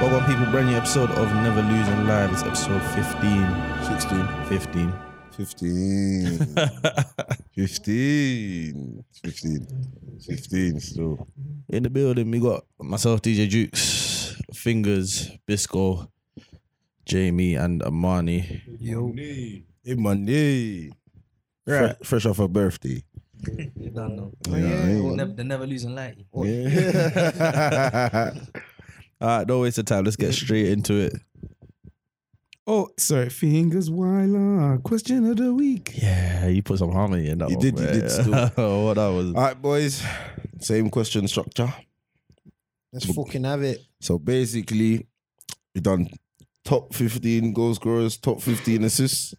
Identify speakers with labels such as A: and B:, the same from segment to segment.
A: Well gone people, brand new episode of Never Losing Lives, episode 15,
B: 16,
A: 15.
B: 15, 15, 15, 15 still.
A: In the building, we got myself, DJ Jukes, Fingers, Bisco, Jamie, and Amani.
B: Yo. Hey, Monday. Right. Fresh, fresh off her birthday.
C: You don't know.
B: Oh, yeah. yeah.
C: Nev- they never losing light.
B: Yeah.
A: All right, don't waste the time. Let's get straight into it.
D: Oh, sorry. Fingers Weiler. Question of the week.
A: Yeah, you put some harmony in that
B: You
A: one,
B: did, you
A: man.
B: did still.
A: what that was.
B: All right, boys. Same question structure.
E: Let's fucking have it.
B: So basically, we done top 15 goal scorers, top 15 assists.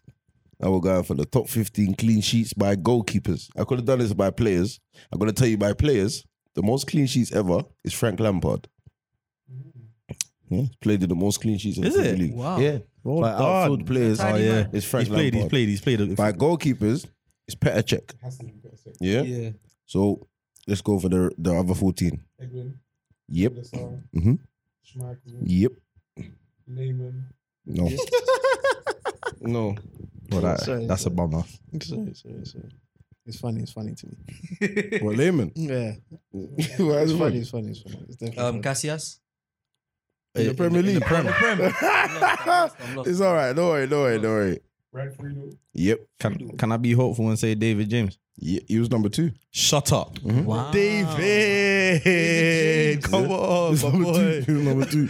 B: Now we're going for the top 15 clean sheets by goalkeepers. I could have done this by players. I'm going to tell you by players, the most clean sheets ever is Frank Lampard. Yeah, he's played in the most clean sheets in
A: Mm. Is
B: the Premier
A: it?
B: League.
C: Wow.
B: Yeah.
A: Well
B: by
A: done.
B: outfield players,
C: Oh, yeah.
B: it's Frank
A: He's played, he's
B: Lampard.
A: played, he's played.
B: By goalkeepers, it's Petr Cech. Yeah?
C: Yeah.
B: So let's go for the the other 14.
D: Edwin,
B: Yep.
D: Lassar,
B: Mhm.
D: Schmeichel,
B: Yep.
D: Neyman.
E: Oh.
B: No. no.
A: Well, that-
E: Sorry,
A: that's a
E: sorry.
A: bummer.
E: Sorry, sorry, sorry. It's funny. It's funny to me.
B: Well, Lehman.
E: Yeah,
B: Well,
E: it's
B: that's
E: funny. It's funny. It's funny. It's definitely
C: Um,
E: funny.
C: Cassias.
B: In the Premier League.
C: Prem. Prem. I'm lost, I'm lost, I'm lost.
B: It's all right. Don't worry. Don't worry. Don't worry.
D: Brad Friedel.
B: Yep.
A: Can, can I be hopeful and say David James?
B: Yeah, he was number two.
A: Shut up.
C: Wow.
A: David, come
B: He
A: on,
B: was
A: my
B: number two.
A: boy.
B: He was number two.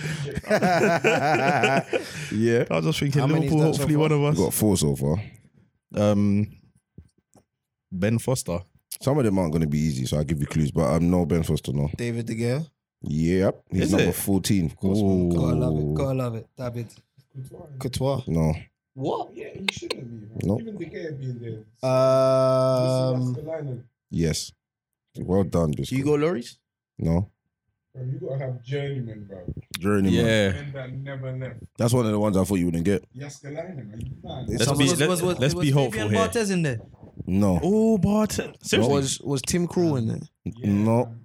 B: yeah.
A: I was just thinking
E: How many
A: Liverpool.
E: is that so
A: Hopefully,
E: far?
A: one of
B: We
A: us.
B: got four so far.
A: Um, Ben Foster.
B: Some of them aren't going to be easy, so I'll give you clues. But um, I'm no Ben Foster, no.
E: David De Gea.
B: Yep. He's
A: Is
B: number
A: it?
B: 14. Of course.
E: Gotta love it. Gotta love it. David
D: Couture.
E: Couture.
B: No.
C: What?
D: Yeah, he shouldn't be. Man.
B: Nope.
D: Even the guy being there.
C: Uh,
E: Um,
D: you, see Maskelyne,
B: Yes. Well done, Bisco.
A: Loris?
B: No.
D: bro, you gotta have journeyman, bro.
B: Journeyman.
A: Yeah.
D: Men that never left.
B: That's one of the ones I thought you wouldn't get.
D: Yaskalainen, are you mad?
B: It's-
A: Let's
C: So
A: be-
C: was-
A: let-
C: was- was-
A: let's
C: was
A: be
C: Fabian
A: hopeful here.
C: Barthez in there.
B: No.
A: Oh, but seriously,
E: was was Tim Krul in it?
D: Yeah,
B: No.
D: man.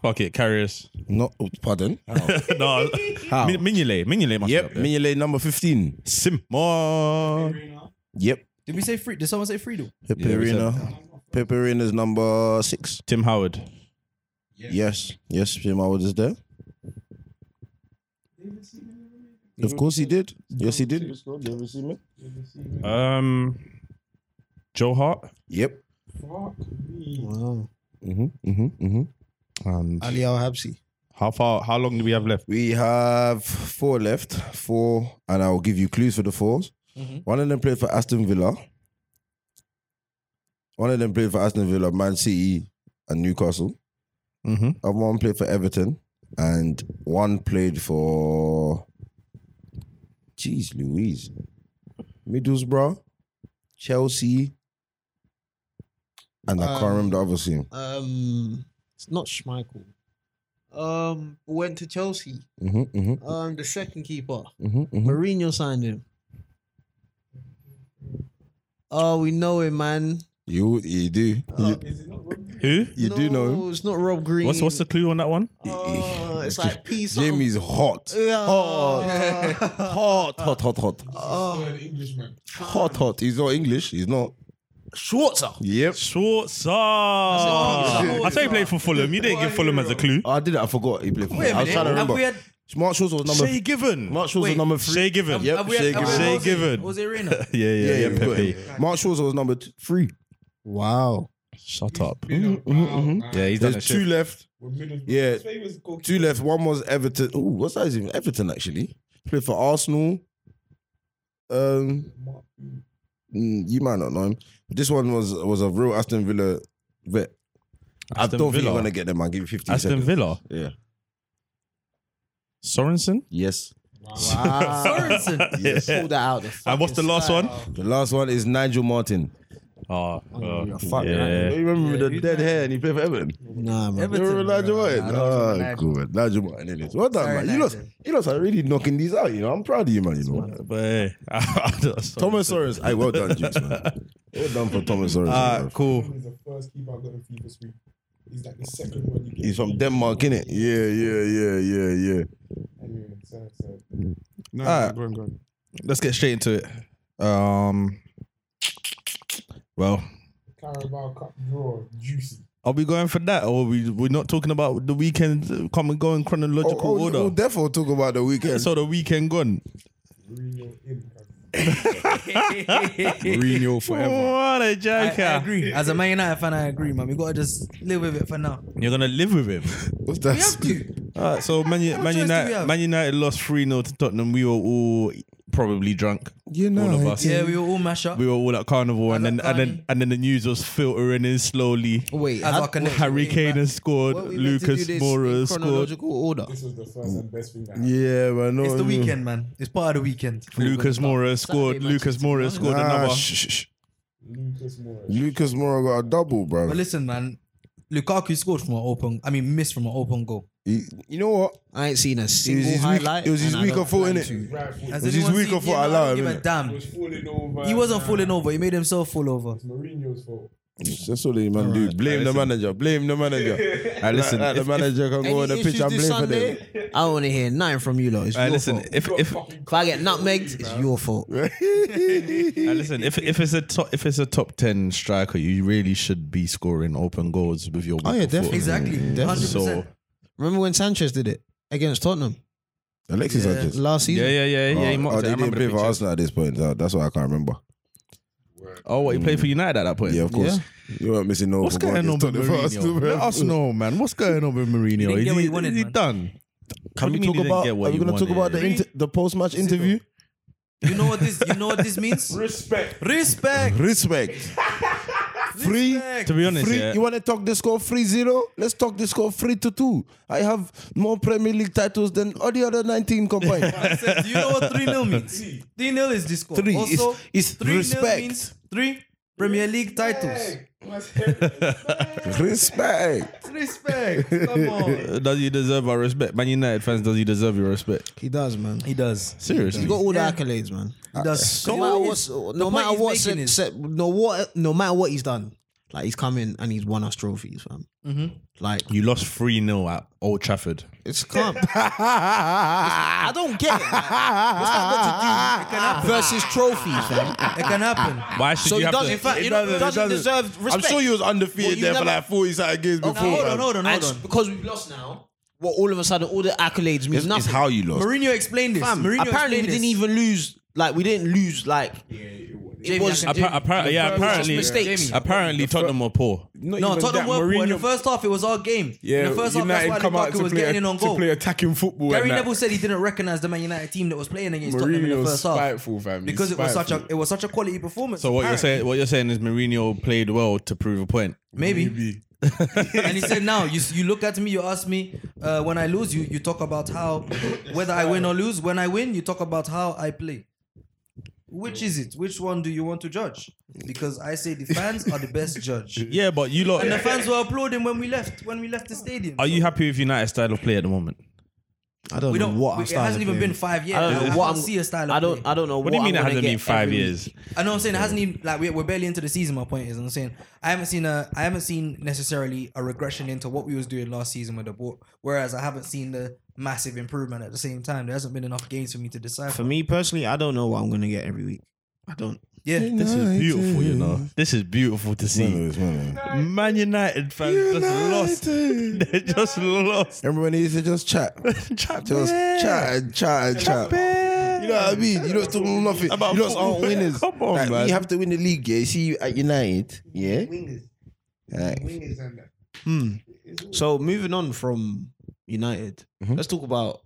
A: fuck it, carriers.
B: No. oh, Pardon.
A: no,
B: How?
A: Mi- Mignolet, Mignolet must
B: Yep.
A: be
B: Mignolet number 15.
A: Simon.
D: Arena,
B: Yep.
C: Did we say Fried? Did someone say Friedel?
B: Peperina. Peperina's number six.
A: Tim Howard.
D: Yeah.
B: Yes, yes, Jim Howard is there.
D: David Seaman never made it.
B: Of course he did. Yes, he did.
D: David Seaman.
A: Um, Joe Hart.
B: Yep.
D: Fuck me.
E: Wow.
B: Mm-hmm, mm-hmm, mm-hmm.
A: And
E: Ali Al Habsi.
A: how far? How long do we have left?
B: We have four left, four, and I'll give you clues for the 4s
C: Mhm.
B: One of them played for Aston Villa. One of them played for Aston Villa, Man City, and Newcastle.
A: Mm-hmm.
B: Other one played for Everton, and one played for. Jeez, Louise, Middlesbrough, Chelsea, and I can't
E: Um,
B: remember the other team.
E: Um, it's not Schmeichel. Um, went to Chelsea.
B: hmm hmm
E: Um, the second keeper.
B: hmm hmm
E: Mourinho signed him. Oh, we know him, man.
B: You, you do,
E: Oh,
B: you,
D: Is it not Robbie?
A: Who?
B: you do know him. Eh,
E: No, It's not Rob Green.
A: What's what's the clue on that one?
E: Oh, it's like peace.
B: Jamie's hot.
E: Oh.
B: Hot, hot, hot, hot,
D: Or an Englishman?
B: hot, hot. He's not English. He's not.
E: Schwarzer.
B: Yep.
A: Schwarzer.
C: I
A: Ah. I
C: said-
A: thought you played for Fulham. You didn't give Fulham as a clue.
B: I did it. I forgot. He played. For
C: Wait a
B: I was
C: minute.
B: trying to
C: Have
B: remember.
C: we had?
B: Marshall's was number.
A: Shay Given.
B: Marshall's was
C: Wait.
B: number three.
A: Shay Given.
B: Yep.
C: have we
B: Shay
C: had? have we
B: Given.
C: had
A: Shay
C: Jose-
A: Given.
C: Jose Reina.
A: Yeah, yeah, yeah.
B: Yeah, yeah,
A: Pepe.
B: good. Marshall's was number t- three.
E: Wow.
A: Shut up.
D: Been a while,
B: mhm.
D: man.
A: Yeah, he's done
B: There's two left.
D: With Middlesbrough.
B: Yeah.
D: His favourite goalkeeper.
B: Two left. One was Everton. Ooh, what's that? Is even Everton actually played for Arsenal. Um,
D: Mark-
B: mm, you might not know him. This one was was a real Aston Villa vet. I don't think you're gonna get them. I'll give you 15
A: Aston
B: seconds.
A: Villa.
B: Yeah.
A: Sorensen.
B: Yes.
D: Wow.
A: Ah.
E: Wow.
C: Sorensen.
B: Yes.
E: Pull that out.
A: And what's the last one?
B: The last one is Nigel Martin.
A: Oh,
E: Oh, yeah,
B: Fuck, man.
A: yeah.
B: You remember
C: Yeah,
B: with the
C: he's
B: dead
C: nice.
B: hair and he played for Everton.
E: Nah, man.
B: You remember
C: Everton.
B: Nigel Martin?
C: Nah, I don't
B: Oh,
C: remember Nigel.
B: good. Nigel Martin. It is. Well done,
C: Sorry,
B: man. You lost.
C: Nigel.
B: You lost. I'm really knocking these out. You know, I'm proud of you, man. You know.
A: But hey,
B: Thomas Sorens. Hey, well done, Jukes, man. Well done for Thomas Sorens.
A: Ah,
B: man.
A: cool.
D: He's the first keeper I got in FIFA this week. He's like the second one you get.
B: He's from Denmark, innit? Yeah, yeah, yeah, yeah, yeah.
D: Yeah. No,
A: All
D: no,
A: right.
D: go on, go on.
A: Let's get straight into it. Um, well,
F: Carabao Cup draw, juicy.
A: are we going for that, or we we're not talking about the weekend come and go in
B: Oh,
A: chronological order?
B: We'll definitely talk about the weekend.
A: so the weekend gone.
F: Mourinho in.
D: Mourinho forever.
A: What a
C: I, I
A: joker!
C: agree. As a Man United fan, I agree, man. We gotta just live with it for now.
A: You're gonna live with him.
B: What's that?
C: We have to.
A: All right, so Man,
C: What
A: Man
C: choice do we
A: United,
C: have?
A: Man United lost 3 0 to Tottenham. We were all probably drunk.
B: You know,
A: All of us.
C: Yeah, we were all mash up.
A: We were all at Carnival, and
C: I
A: then
C: got
A: and then
C: Carney.
A: and then the news was filtering in slowly.
E: Wait,
C: As our connection.
A: Harry Kane has scored.
E: weren't we meant to do
A: Lucas
E: this
A: Moura
E: in
A: scored.
E: chronological order.
F: This was the first and best thing that happened.
B: Yeah, man. no,
C: It's the
B: no.
C: weekend, man. It's part of the weekend.
A: Lucas Moura
E: Saturday
A: scored.
E: matches.
A: Lucas Moura scored
B: Nah,
A: another.
B: shh, shh, shh.
F: Lucas Moura.
B: Lucas Moura got a double, bro.
C: But listen, man, Lukaku scored from an open. I mean, missed from an open goal.
B: He- you know what?
E: I ain't seen a
B: It was
E: single
B: his
E: highlight.
B: week. It was his
E: and I
B: week
E: don't
B: of foot,
E: plan
B: innit?
E: to.
B: it?
C: Has
B: was his
C: anyone
B: week
C: seen-
B: of foot.
C: yeah,
B: I
C: no,
B: allow
C: don't give
B: him,
C: a
B: innit?
F: He
C: damn.
F: was falling over.
C: He wasn't
F: Nah,
C: falling over. He made himself fall over.
F: It's Mourinho's fault.
B: That's all the man do. Blame the manager. Blame the manager.
A: I listen.
B: Like that,
A: if-
B: the manager can
E: Any
B: go on the
E: issues
B: pitch and
E: this
B: blame for them.
E: Sunday? I want to hear nothing from you, lot. It's
A: I
E: your
A: listen.
E: fault.
A: If if
E: If I get nutmegged, it's your fault.
A: I listen. If if it's a top if it's a top ten striker, you really should be scoring open goals with your.
E: Oh, yeah,
A: weak foot.
E: definitely.
C: Exactly.
E: Definitely.
C: 100%.
A: So
E: Remember when Sanchez did it against Tottenham
B: Alexis
C: Yeah.
B: Sanchez.
E: last season?
A: yeah, yeah, yeah, yeah. he
B: oh,
A: mocked it.
B: oh,
A: I
B: they didn't
A: remember the
B: play for
A: picture.
B: Arsenal at this point. so That's why I can't remember.
A: Oh, what, he played for United at that point.
B: Yeah, of course. You weren't missing no.
A: What's
B: football
A: going on
B: against
A: with
B: Tottenham for Arsenal,
A: Mourinho?
B: bro.
A: Let us know, man. What's going on with Mourinho?
C: He didn't
A: Is
C: get what he
A: is
C: wanted, man.
A: done? What
B: Can we
A: do you
B: talk
A: mean he didn't
B: about?
A: get what
B: Are we
A: he
B: going to talk about
A: wanted?
B: the inter, the post match interview?
C: You know what this? You know what this means?
F: Respect.
C: Respect.
B: Respect. Free.
C: Respect.
A: To be honest,
B: Free,
A: yeah.
B: You want to talk the score 3 0? Let's talk the score 3 to 2. I have more Premier League titles than all the other 19 combined.
C: I said, do you know what 3 0 means? 3 0 is this score.
B: Three. It's-
C: Also,
B: it's
C: 3
B: respect.
C: means 3 Premier League titles.
B: Respect.
C: Respect. Come on.
A: Uh, Does he deserve our respect? Man United fans, does he deserve your respect?
E: He does, man.
C: He does.
A: Seriously.
E: He's got all the accolades, man.
C: He does.
E: No matter what, no
C: point
E: matter
C: he's
E: what,
C: making
E: se-
C: is-
E: se- no what, no matter what he's done, like he's come in and he's won us trophies, fam. Like
A: You lost 3 0 at Old Trafford.
E: it's calm. I don't get it. Like, what's that got to do versus trophies, fam?
C: It can happen.
A: Why should
E: So
A: you
E: he
A: have
E: doesn't,
A: to?
E: in fact, you know, he doesn't deserve respect.
B: I'm sure you was undefeated
E: Well, you
B: there for
E: never-
B: like 40 something games before.
C: Now, hold on,
B: man.
C: hold on,
E: And
C: hold
E: it's
C: on.
E: because we've lost now. What all of a sudden all the accolades means
B: It's, it's
E: nothing.
B: how Oh, you lost.
C: Mourinho explained this.
E: Fam,
C: Mourinho
E: apparently we
C: explained
E: didn't
C: this.
E: even lose. Like we didn't lose. Like
C: Jamie,
E: was-
C: I can- Jamie,
A: apparently,
E: It
A: yeah,
E: was just
A: apparently,
E: mistakes.
A: apparently Tottenham were poor.
C: No, Tottenham were poor. In the first half, it was our game. in the first half, that's why Lukaku was getting in on
F: To
C: goal.
F: play attacking football.
C: Gary
F: and that.
C: Neville said he didn't recognise the Man United team that was playing against Tottenham in the
F: Mourinho's
C: first half
F: spiteful, fam. He's
C: because it was such a
F: spiteful.
C: it was such a quality performance.
A: So what you're
C: apparently.
A: saying, what you're saying is Mourinho played well to prove a point.
C: Maybe. and he said, "Now you you look at me. You ask me uh, when I lose. You you talk about how whether I win or lose. When I win, you talk about how I play. Which is it? Which one do you want to judge? Because I say the fans are the best judge.
A: Yeah, but you lot,
C: And the fans were applauding when we left. When we left the stadium,
A: are you happy with United style of play at the moment?
E: I don't
C: we don't.
E: know what.
C: we-
E: I'm
C: it hasn't
E: starting to
C: even
E: play.
C: been five years.
E: I don't know
C: I
E: what
C: can't
E: I'm-
C: see a style. Of
E: I don't.
C: play.
E: I don't know.
A: What do you
E: I'm
A: mean it
E: gonna
A: hasn't
E: get
A: been five
E: every-
A: years?
C: I know I'm saying it hasn't even like we're, we're barely into the season. My point is, I'm saying I haven't seen a I haven't seen necessarily a regression into what we was doing last season with the ball. Whereas I haven't seen the massive improvement at the same time. There hasn't been enough games for me to decide.
E: For me personally, I don't know what I'm gonna get every week. I don't.
C: yeah,
A: This is beautiful, you know. This is beautiful to see. Man United fans just lost. They just lost.
B: Everyone needs to just chat. Just chat and chat and chat. You know what I mean? You don't talk nothing.
A: About
B: you lot aren't
A: football.
B: winners.
A: Come on,
B: Like,
A: man.
B: We have to win the league, yeah. You see, at United, yeah.
F: Wingers.
B: Like,
F: Wingers and that.
E: So moving on from United, let's talk about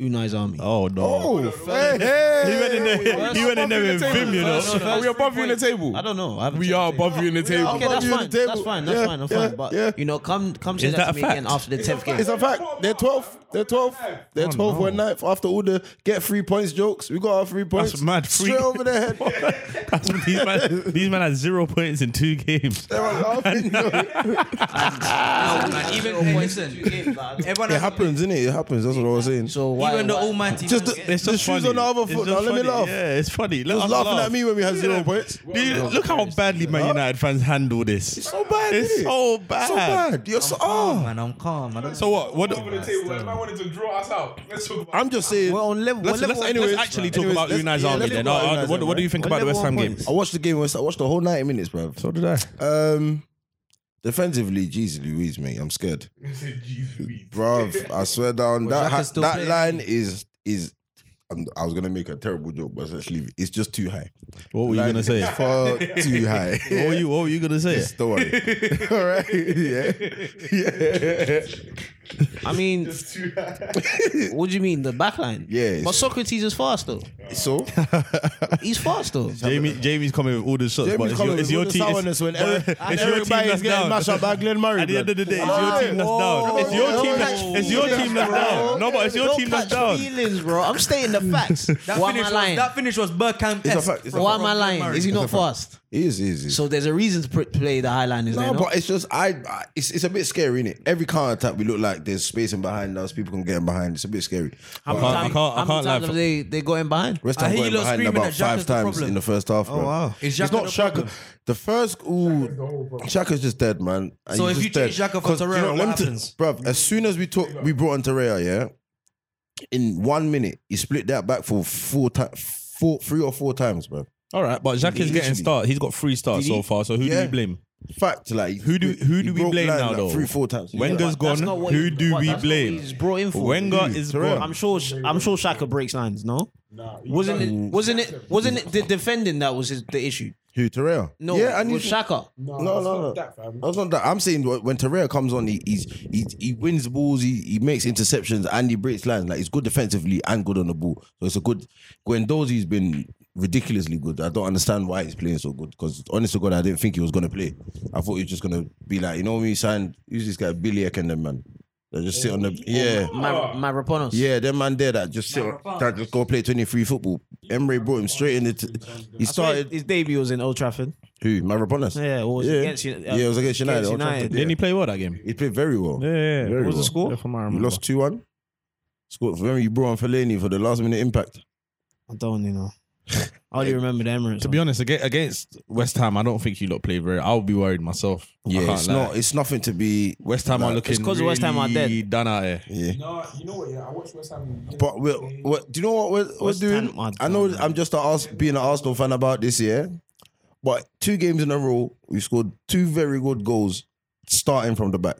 E: Unai's army.
A: Mm-hmm. Oh no.
B: Oh, hey, hey.
A: He went in there. He went in there with Vim, you know.
E: First-
F: Are we above you in the table?
E: I don't know. I haven't
F: We
E: checked
F: are
E: it.
F: above you in the table.
E: Okay,
B: above
E: that's
B: you in
E: fine.
B: the table.
E: That's fine. That's
B: Yeah,
E: fine. That's
B: yeah,
E: fine. But
B: yeah.
E: you know, come come say
A: Is
E: that,
A: that
E: to
A: a
E: me
A: fact?
E: again after the tenth game.
B: It's a fact. They're 12th. They're 12th. They're
A: Oh,
B: 12th. We're ninth. After all the get three points jokes, we got our three points.
A: That's mad. Three-
B: Straight over their head.
A: That's what these man, these man had zero points in two games.
B: they were laughing.
E: Now,
C: even-
E: zero
C: hey,
E: points in
C: listen.
E: two games, like, I don't-
C: everyone.
B: it happens, innit? It happens. That's what I was saying.
E: So why?
C: even the
E: why-
C: almighty.
B: Just
C: man-
B: the-
A: It's just
B: shoes
A: funny.
B: on the other
A: It's
B: foot
A: just
B: now, let me
A: funny.
B: laugh.
A: Yeah, it's funny. Let
B: was
A: us
B: laughing
A: laugh.
B: at me when we had zero points.
A: Do you- look how badly Man United fans handle this.
B: So bad.
A: It's
B: innit?
A: so bad.
B: So bad. You're so.
C: calm,
B: Oh.
C: man. I'm calm. I don't.
A: So what? What?
F: Over the table. Am I wanted to draw us out. Let's talk about
B: I'm just saying.
E: We're on level.
F: Let's-
E: we're
F: let's
E: level
F: anyways-
E: let's-
A: Actually,
F: Anyways,
A: talk about
B: let's-
A: Unai
B: yeah,
A: Emery
B: let's
A: then.
B: talk about
A: Uh,
B: Unai
A: what,
B: Emery,
A: what do you think
E: right?
A: about the West Ham
E: Level
A: game?
E: one
B: I watched the game. West- I watched the whole 90 minutes, bro.
A: So did I.
B: Um, defensively, Jesus Louise, mate, I'm scared, bro. I swear down
C: Well,
B: that
C: Xhaka's
B: ha-
C: still
B: that
C: playing.
B: line is is. I'm, I was gonna make a terrible joke, but let's leave it. It's just too high.
A: What were you
B: Like,
A: gonna say? Oh,
B: it's
A: what
B: Far too high.
A: were you What were you gonna say?
B: Just don't worry. All right. Yeah. Yeah.
E: I mean, what do you mean the back line?
B: Yeah, it's-
E: But Socrates is fast though.
B: So
E: He's fast though.
A: Jamie, Jamie's coming with all the shots, but
B: Jamie's
A: it's
B: coming
A: your, it's
B: with
A: your
B: all the
A: team.
B: sourness
A: It's,
B: when
A: but
B: every-
A: it's your team
B: everybody's
A: that's
B: getting
A: down.
B: mashed up by Glenn Murray.
A: At the end of the day, it's your
E: Why?
A: team that's down.
E: Whoa,
A: It's your
E: don't
A: team.
E: catch
A: that- It's your
E: feelings,
A: team that's
E: bro.
A: down. No, but it's your
E: Don't
A: team that's
E: catch
A: down.
E: Feelings, bro. I'm stating the facts.
C: That
E: Why am
C: finish
E: I
C: was
E: lying?
C: that finish was Bergkamp.
E: Why am I lying? Is he not fast?
B: It is, it is. it is.
E: So there's a reason to pr- play the high line, is there?
B: no,
E: No,
B: but it's just I. I it's, it's a bit scary, innit? Every counter attack, we look like there's spacing behind us. People can get in behind. It's a bit scary.
E: how many
A: I can't-
E: times-
A: I can't- I
E: how many
A: can't
E: times
A: lie.
E: have they they got in behind?
B: West
C: I
B: Ham got
C: hear you
B: in
C: lot
B: behind
C: screaming
B: about
C: that
B: five
C: Xhaka's the
B: times
C: problem.
B: in the first half. Oh wow!
C: Is
B: It's,
C: Xhaka
B: not
C: the
B: Shaka.
C: problem?
B: The first, ooh, Shaka's just dead, man. And
C: So
B: he's
C: if you
B: just
C: change
B: dead.
C: Xhaka for
B: 'Cause,
C: Torreira,
B: let
C: what
B: me t-
C: happens?
B: Bruv, as soon as we took, we brought on Torreira, yeah. In one minute, he split that back for four ti four, three or four times, bro.
A: All right, but Xhaka is getting
B: Literally.
A: start. He's got three starts so far. So who do
B: Yeah.
A: we blame?
B: Fact, like
A: Who do-
B: he-
A: who
B: he
A: do we
B: broke
A: blame
B: line,
A: now,
B: like,
A: though?
B: Three, four times.
A: Wenger's
E: That's
A: gone.
E: not what
A: Who
E: he-
A: do
E: what-
A: we
E: that's not what
A: blame?
E: He's brought in for.
A: Wenger is
B: Torreira.
A: gone.
E: I'm sure. I'm sure Shaka breaks lines. No, wasn't it? Wasn't it? Wasn't it the defending that was his, the issue?
B: Who Torreira?
E: No,
B: yeah, and
E: it was
B: he's
E: Shaka.
B: No, no, no. That's not that. I'm saying wh- when Torreira comes on, he he's, he he wins balls, he, he makes interceptions, and he breaks lines. Like he's good defensively and good on the ball. So it's a good. Guendouzi's been ridiculously good. I don't understand why he's playing so good. Because honest to God, I didn't think he was gonna play. I thought he was just gonna be like, you know, me signed. Who's this guy? Billy Eck and them man. They just sit on the yeah.
A: Ah.
E: My my Raponos.
B: Yeah, them man there that just sit on, that just go play 23 football. Emre brought him straight in the t- he started
E: His debut was in Old Trafford.
B: who? Maraponas.
E: Yeah, or was it
B: yeah.
E: against U- uh,
B: yeah, it was against United.
E: against
B: Old Trafford,
E: United.
B: yeah.
A: Didn't he play well that game?
B: He played very well.
A: Yeah, yeah. yeah.
B: Very
E: What was the
B: well.
E: score?
D: If I'm
B: You lost 2 1. Scored remember you brought on Fellaini for the last minute impact.
E: I don't you know. I only remember the Emirates.
A: To
E: one.
A: be honest, aga- against West Ham, I don't think you lot played very. I'll be worried myself. I
B: Yeah,
A: can't
B: it's
A: lie.
B: not it's nothing to be
A: West Ham are looking.
E: 'cause West Ham are
A: really Done out here.
B: yeah.
F: No, you know what? Yeah, I watched West Ham.
B: But we're, we do you know what we're, we're
E: West
B: doing?
E: Ham are
B: I know
E: done.
B: I'm just a, Ars- being an Arsenal fan about this year, but two games in a row, we scored two very good goals starting from the back.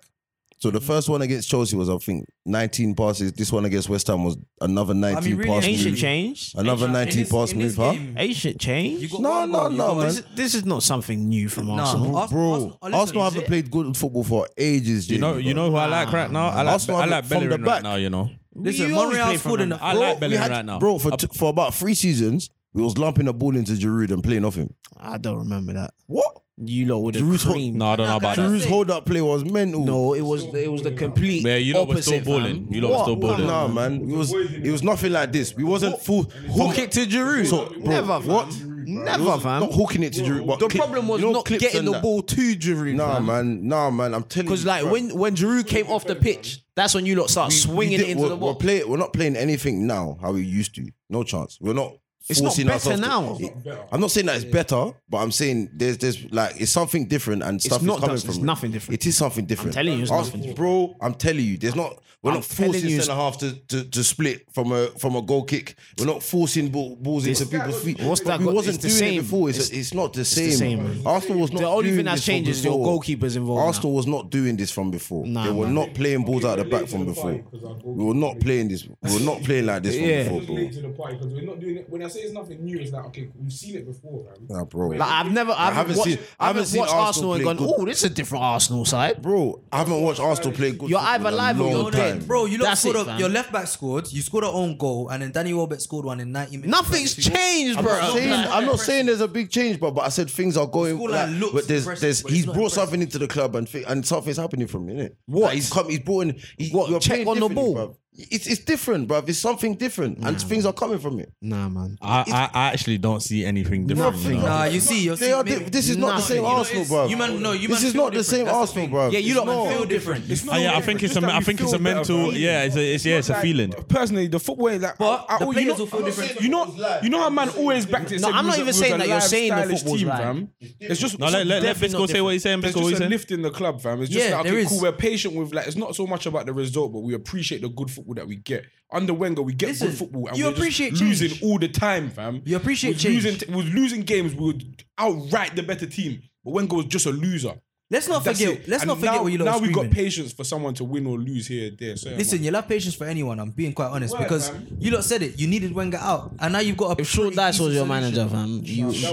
B: So the first one against Chelsea was, I think, 19 passes. This one against West Ham was another 19
C: really,
B: pass
E: ain't
B: move.
E: shit changed.
B: Another 19
C: In this-
B: pass
C: in
B: move,
C: this
B: huh?
C: game,
E: Ain't shit
C: you
E: changed.
C: got
B: No,
C: one
B: no,
C: goal, you
B: no,
C: got-
B: man.
E: This, this is not something new from Arsenal.
C: Arsenal-
B: Bro,
C: Arsenal-
B: Arsenal,
C: listen, is
B: haven't
C: it-
B: played good football for ages.
A: You know,
B: Jamie,
A: you
B: bro.
A: know who I like right now. I like,
B: Arsenal
A: I
B: have
A: like
B: it from the
A: Bellerin right
B: back.
A: now. You know,
C: Listen,
E: You always play
C: Montreal's
E: from
C: food in
E: them.
C: the
A: I
B: Bro,
A: like
B: we
A: Bellerin
B: had-
A: right now.
B: Bro, for, t- for about three seasons, we was lumping a ball into Giroud and playing off him.
E: I don't remember that.
B: What?
E: You lot would have
B: Giroud's hot-
E: creamed.
A: no, I don't know about that.
B: Giroud's hold-up play was mental.
E: No, it was it was the complete
A: Yeah, you lot were still
E: opposite. fam.
A: balling. You lot were still balling.
B: Nah, man, it was it was nothing like this. We wasn't full hook it to Giroud. So, bro,
E: Never, fam.
B: what?
E: Never, fam.
B: Not hooking it to Giroud. But
E: The
B: clip-
E: problem was
B: you know,
E: not
B: clips
E: getting
B: and
E: the
B: that.
E: ball to Giroud.
B: Nah,
E: fam.
B: man, nah, man. I'm telling you,
E: Because like
B: bro.
E: when when Giroud came off the pitch, that's when you lot start
B: We- we
E: swinging
B: did-
E: it into
B: we're,
E: the
B: we're,
E: box.
B: play, we're not playing anything now how we used to. No chance. We're not.
E: It's not
B: forcing
E: better
B: ourselves to-
E: now.
B: I'm not saying that it's better, but I'm saying there's there's like it's something different and stuff
E: not
B: is coming
E: just-
B: from
E: it's
B: it.
E: nothing different.
B: It is something different.
E: telling you it's
B: Us-
E: nothing different.
B: bro. I'm telling you, there's not. We're
E: I'm
B: not
E: telling
B: forcing
E: you it's-
B: centre half to, to, to split from a from a goal kick. We're not forcing ball, balls into people's feet.
E: what's
B: But
E: that
B: we
E: got-
B: wasn't
E: it's the
B: doing
E: same.
B: it before. It's, it's, not the same.
E: same.
B: Arsenal was not.
E: The only
B: doing
E: thing that's
B: this from
E: changed is your
B: before.
E: goalkeepers involved. now.
B: Arsenal was not doing this from before.
E: Nah,
B: they were
E: man.
B: not playing balls out the back from before. We were not playing this. We were not playing like this from
E: Yeah.
B: before,
F: Just
B: bro.
F: late to the party because we're not doing it. When I say it's nothing new, it's like okay, we've seen it before, man.
B: Nah, bro.
E: Like, I've never, I haven't,
B: haven't
E: watched,
B: seen-
E: I haven't watched Arsenal,
B: play
E: and gone,
B: good-
E: oh, this is a different Arsenal side.
B: bro, I haven't watched Arsenal play good.
E: You're
B: football
E: either
B: in a
E: live or
B: long
E: you're
B: time.
E: dead,
C: Bro, you lot
E: That's
C: scored
E: it,
C: a-
E: fam.
C: your left back scored. You scored an own goal, and then Danny Welbeck scored one in 90 minutes.
E: Nothing's
C: Like,
E: changed, bro.
B: I'm not saying,
E: Like,
B: I'm not saying there's a big change, but, but I said things are going.
C: School
B: Like,
C: line looks
B: but there's,
C: impressive,
B: there's,
C: but it's
B: he's
C: not
B: brought something into the club and thi- and something's happening from it. innit?
E: What?
B: Like, he's come. He's brought in. He,
E: What,
B: you're
E: check
B: playing
E: on the
B: differently,
E: ball?
B: bruv. It's it's different, bruv. It's something different, and things are coming from it.
E: nah, man.
A: I, I, I actually don't see anything different.
B: Nothing.
A: you know.
C: Nah, you see, you're
B: They are. di- This is not the
E: Nothing.
B: same
E: You know,
B: Arsenal,
C: it's-
B: bruv.
C: you man- no, you
B: This
C: man
B: is
C: feel
B: not the
C: different.
B: same
C: That's the
B: Arsenal,
C: thing.
B: bruv.
E: Yeah, you
B: It's
E: lot man
B: not.
E: feel different.
A: Ah, yeah, I think it's a, I think it's a mental. yeah, it's a, it's yeah, it's a feeling.
F: Personally, the football is like.
C: But
F: I- I-
C: the
F: you
C: players
F: know-
C: will feel different.
F: You know, you know how man always backed it.
E: No,
F: said we
E: I'm not
F: was a-
E: even
F: we was
E: saying
F: a
E: that. You're
F: live,
E: saying the
F: stylish
E: football's
F: team,
E: live.
F: fam. It's just
A: No, let let, let
E: Definitely
A: Bisco say what he's saying.
F: There's
A: Bisco, what
F: just
A: he's saying.
F: a lift in the club, fam. It's just
C: Yeah,
F: like,
C: there
F: okay,
C: is.
F: cool. We appreciate with like it's not so much about the result, but we appreciate the good football football that we get. Under Wenger, we get
C: Listen,
F: good football. And
E: you
F: we're just
E: appreciate change.
F: losing all the time, fam.
C: You appreciate
F: was
C: change.
F: Losing, was losing games, we would outright the better team. But Wenger was just a loser.
C: Let's not
F: That's
C: forget.
F: it.
C: Let's
F: And
C: not forget
F: now,
C: what you lot
F: Now
C: are
F: we got
C: screaming.
F: patience for someone to win or lose here, there. So yeah,
C: Listen,
F: man.
C: you'll have patience for anyone. I'm being quite honest
F: Word,
C: because
F: man.
C: you lot said it. You needed Wenger out, and now you've got a.
E: If Sean
C: pretty
E: Dice
C: decent
E: was your
C: solution.
E: manager, fam, you,
F: That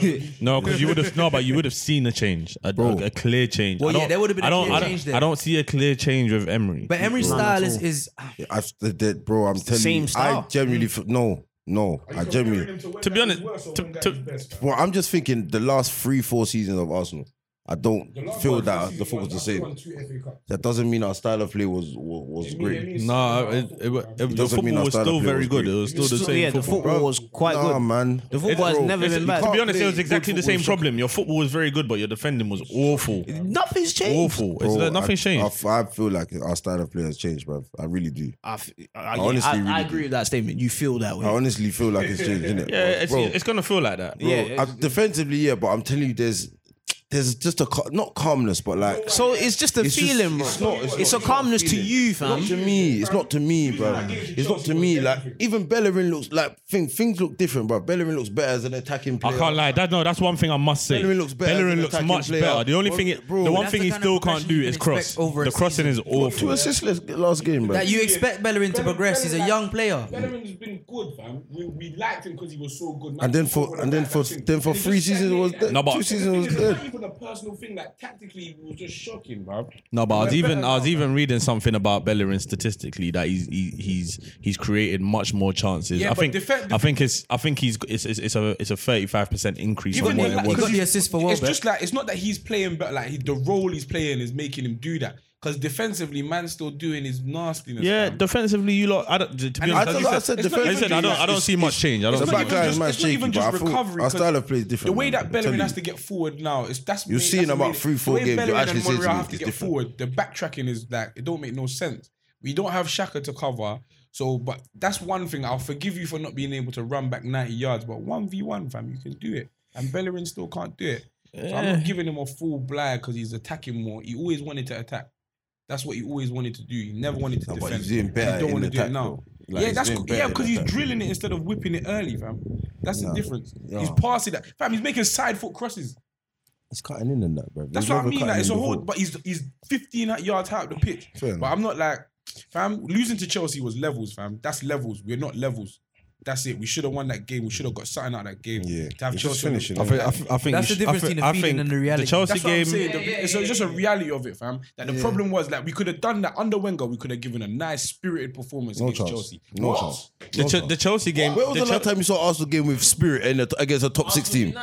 F: been-
A: No, because you would have no, but you would have seen a change, a, a, a clear change.
C: Well,
A: I
C: yeah,
A: don't-
C: there would've been
A: I
C: a
A: don't,
C: clear
A: I don't,
C: change there.
A: I don't see a clear change with Emery.
C: But Emery's
E: None
C: style
E: at
C: is,
E: all.
C: is
B: I, that, bro, I'm telling
E: same
B: you,
E: style.
B: I genuinely f- no, no, I genuinely.
A: To be honest, to- to-
B: Well, I'm just thinking the last three, four seasons of Arsenal, I don't feel that the
F: football's
B: football's the same. That doesn't mean our style of play was was, was great.
A: no, it, it, it, the
B: doesn't mean
A: football
B: our
A: was
B: style
A: still
B: of play was
A: very good.
B: great.
A: It was still the
E: Still,
A: same
E: yeah, the
A: football.
E: football was quite
B: nah,
E: good.
B: man.
E: The football has
B: Bro,
E: never
B: it's-
E: been
B: you
E: bad.
A: To
B: can't
A: be honest, it
B: play
A: was
B: good
A: exactly the
B: football
A: same
B: with
A: problem. Your football was very good, but your defending was awful.
E: Nothing's changed.
A: Awful.
B: Bro,
A: It's like nothing's
B: I, I
A: changed.
B: f- I, feel like our style of play has changed, bro. I really do.
E: I, f- I- I-
B: honestly
E: I- I
B: really
E: agree
B: do.
E: with that statement. You feel that way.
B: I honestly feel like it's changed, innit?
A: Yeah, it's,
B: bro,
A: it's gonna feel like that.
B: bro,
E: yeah,
B: I- defensively, yeah, but I'm telling you, there's there's just a cal- not calmness, but like
E: so it's just a
B: It's just-
E: feeling,
B: it's
E: bro.
B: not- it's
E: It's
B: not-
E: a
B: it's not
E: calmness to
B: feeling.
E: you,
B: It's not
E: fam.
B: to me. It's not to me, bro. It's not to me. Like even Bellerin looks like thing, things look different, bro. Bellerin looks better as an attacking player.
A: I can't lie. That no, that's one thing I must say.
B: Bellerin looks better as
A: Bellerin
B: an
A: looks
B: attacking
A: much
B: player.
A: better. The only
B: Bro,
A: thing, it,
B: bro.
A: the one
B: That's
A: thing
C: the
A: he
C: kind of
A: still can't
C: progression
A: do
C: you
A: is
C: can
A: cross.
C: expect over
A: The
C: a
A: crossing is
C: season.
B: Two
A: awful.
B: assists last, last game, bro.
C: that you expect Bellerin to progress. He's a young player.
F: Bellerin's been good, fam. We, we liked him because he was so good. man.
B: And then for-
F: Over the
B: and then
F: back,
B: for-
F: I think.
B: then for
F: And he
B: three
F: just
B: seasons
F: stagnated
B: was
F: there.
B: dead.
A: No, but-
B: Two seasons was
F: It's
B: dead.
F: not even a personal thing. Like tactically, it was just shocking, bro.
A: No, but I was
F: We're
A: even
F: better
A: I was
F: now,
A: even reading something about Bellerin statistically that he's he, he's he's created much more chances.
F: Yeah,
A: I
F: but
A: think
F: defe-
A: I think it's I think he's it's it's, it's a it's a thirty five percent increase
F: Even
A: on what
F: then,
A: it
F: like,
A: was.
C: He got the
F: he's-
C: assist for
F: It's
C: Welbeck.
F: just like it's not that he's playing, but like he- the role he's playing is making him do that. Because defensively, man's still doing his nastiness.
A: Yeah,
F: fam.
A: defensively, you lot. I don't, to be
F: And
A: honest,
B: I
A: as
B: thought
A: you
B: I
A: said,
B: said
F: it's not
A: as you
F: even
A: said, I
F: just-
A: don't, I don't
F: it's-
A: see much change. I
B: it's
A: don't.
B: a
A: See
B: back
A: much.
B: line.
A: change.
B: is mad
F: it's not
B: shaky,
F: even
B: but
F: just
B: I thought
F: recovery.
B: our
F: 'cause
B: style of play is different,
F: The way
B: man. I'm
F: that
B: telling
F: Bellerin
B: you.
F: has to get forward now is that's.
B: You've
F: made-
B: seen
F: that's
B: about
F: made-
B: three, four
F: the way
B: games, you
F: Bellerin
B: actually
F: and
B: say to
F: Monreal
B: me,
F: have to
B: it's
F: get
B: different.
F: forward. The backtracking is like it don't make no sense. We don't have Shaka to cover, so but that's one thing. I'll forgive you for not being able to run back ninety yards, but one v one, fam, you can do it, and Bellerin still can't do it. So I'm not giving him a full blind because he's attacking more. He always wanted to attack. That's what he always wanted to do. He never wanted to
B: No, but
F: defend.
B: he's doing better
F: He don't
B: in
F: want to do
B: attack,
F: it now.
B: though. Like,
F: yeah,
B: he's
F: that's
B: doing
F: yeah,
B: better
F: because
B: in
F: he's
B: attack.
F: drilling it instead of whipping it early, fam. That's the difference. He's
B: Yeah.
F: passing that, fam. He's making side foot crosses.
B: It's cutting in and that, bro.
F: That's what I mean. Like it's a whole, but he's he's 15 yards out of the pitch.
B: Fair
F: but
B: enough.
F: I'm not like, fam. Losing to Chelsea was levels, fam. That's levels. We're not levels. That's it. We should have won that game. We should have got something out of that game.
B: Yeah.
F: To have
B: It's just
F: Chelsea on the-
B: finishing,
A: I think, I think, I think
C: That's
A: you
C: the
A: sh- I
C: difference
A: think-
C: between the
A: I
C: feeling
A: think
C: and the reality.
A: The Chelsea
F: That's what I'm
A: game.
F: saying. The- it's, it's just a reality of it, fam. That the problem was like we could have done that under Wenger. We could have given a nice spirited performance
B: No
F: against
B: chance.
F: Chelsea.
B: No
F: What?
B: chance.
A: The, Ch- the Chelsea game.
B: When was the
A: the
B: last
A: Chel-
B: time you saw Arsenal game with spirit and a- against a top six team?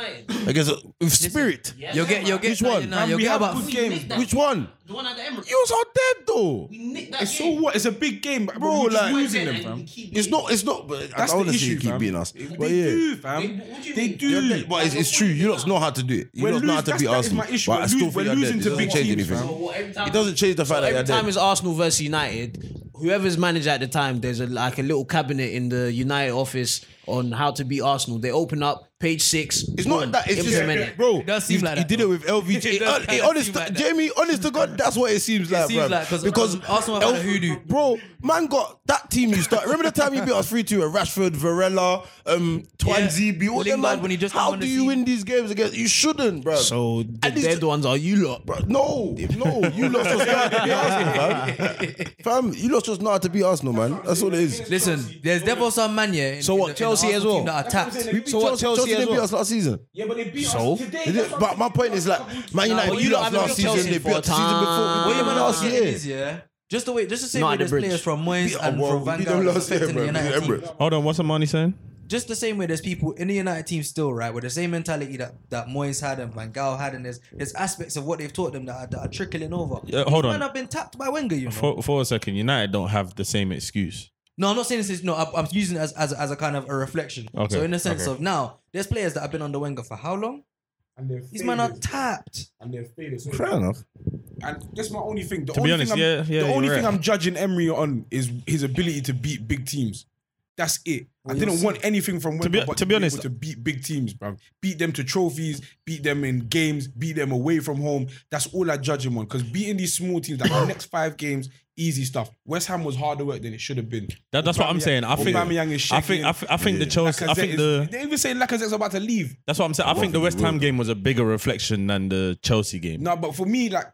B: Against a, with spirit.
C: You'll get, you'll get.
B: Which one?
C: Nah, you'll
F: we
C: get
F: have
C: about.
F: good games.
B: Which one?
G: The one at the Emirates.
B: You was out dead though.
F: It's so what? It's a big game, but bro. We're
B: like-
F: just losing them, fam.
B: It's not. It's not. But
F: That's
B: I
F: the
B: honestly
F: issue,
B: keep
F: fam.
B: beating us.
F: They
B: But yeah.
F: do, fam.
G: what do you
F: They
G: mean?
F: do.
B: You're dead. But it's, it's true. You lot know how to do it. You
F: We're
B: lot know how
F: losing-
B: to beat
F: that's- that is
B: Arsenal.
F: my issue.
B: But I
F: We're
B: still
F: losing-
B: think
F: we're
B: you're dead.
F: losing
B: It
F: to
B: doesn't
F: big
B: change
F: teams,
B: anything.
F: fam.
G: every time,
B: It doesn't change the fact that
E: Every
B: they're
E: time
B: dead.
E: it's Arsenal versus United, whoever's manager at the time, there's a, like a little cabinet in the United office on how to beat Arsenal. They open up page six.
B: It's not that. It's
E: implement
B: just,
E: it.
B: bro.
C: It does seem
B: you,
C: like
B: you
C: that,
B: did it with LVG.
C: It
B: It
C: does
B: it
C: kinda
B: Uh, honest,
C: seem like that.
B: Jamie. Honest to God, that's what it seems like,
C: seems
B: bruv.
C: like, 'cause
B: because
C: um, Arsenal have had a hoodoo.
B: bro, man, got that team you start. Remember the time you beat us three two? Rashford, Varela, um, Twanzi, B. All them
C: Lingard
B: man.
C: when he just
B: How
C: come on
B: do
C: the
B: you
C: scene.
B: win these games against? You shouldn't, bro.
E: So the
B: And it's
E: dead
B: just-
E: ones are you lot.
B: Bro, no, no, you lost us now to beat Arsenal, fam. Fam, you lost us now to beat Arsenal, man. That's all it is.
C: Listen, there's devil some man here. in-
E: So
C: in
E: what,
C: the- in the
E: Chelsea
C: Arsenal
E: as well?
C: team That are tapped.
F: They beat
E: So what? Chelsea,
B: Chelsea
E: as
B: didn't beat
E: well.
B: us last season.
F: Yeah, but they beat
E: So?
F: us today.
B: They didn't- But my point is like, Man United
E: but
B: beat
E: you lot
B: us
E: haven't
B: last
E: beat
B: season.
E: Chelsea
B: They
E: for
B: beat us the season
E: time.
B: before. We
C: What
B: beat
C: you
B: them
C: man
B: last
C: asking
B: year.
C: is yeah. Just the way, just the same
E: Not
C: way
E: at the
C: there's players
E: bridge.
C: from Moyes
B: Yeah,
C: and
B: well,
C: from
B: we
C: Van
B: beat them
C: Gaal
B: last year,
C: affecting the
B: bro. We
C: United
B: beat
C: team.
B: Emirates.
A: Hold on, what's Amani saying?
C: Just the same way there's people in the United team still right with the same mentality that, that Moyes had and Van Gaal had, and there's there's aspects of what they've taught them that are, that are trickling over.
A: Yeah, hold
C: These
A: on.
C: men have been tapped by Wenger, you know.
A: For, for a second, United don't have the same excuse.
C: No, I'm not saying this is no. I, I'm using it as, as as a kind of a reflection.
A: Okay,
C: So in the sense
A: okay.
C: of now, there's players that have been under Wenger for how long? These men are tapped.
F: And they're failures.
B: Fair enough.
F: And that's my only thing. The
A: To be
F: only
A: honest,
F: thing I'm,
A: yeah, yeah,
F: the only
A: you're
F: thing
A: right.
F: I'm judging Emery on is his ability to beat big teams. That's it. I didn't want anything from Wenger,
A: be-
F: but
A: to be
F: be able
A: honest-
F: to beat big teams, bruv. Beat them to trophies, beat them in games, beat them away from home. That's all I judge him on. Because beating these small teams, like the next five games, easy stuff. West Ham was harder work than it should have been.
A: That- that's what I'm
F: Aubameyang-
A: saying. I think.
F: Aubameyang is
A: I think.
F: shaking.
A: I, th- I think the Chelsea. I
F: Lacazette
A: think
F: is-
A: the.
F: They even say Lacazette's about to leave.
A: That's what I'm saying. I think the West Ham game was a bigger reflection than the Chelsea game.
F: No, but for me, like,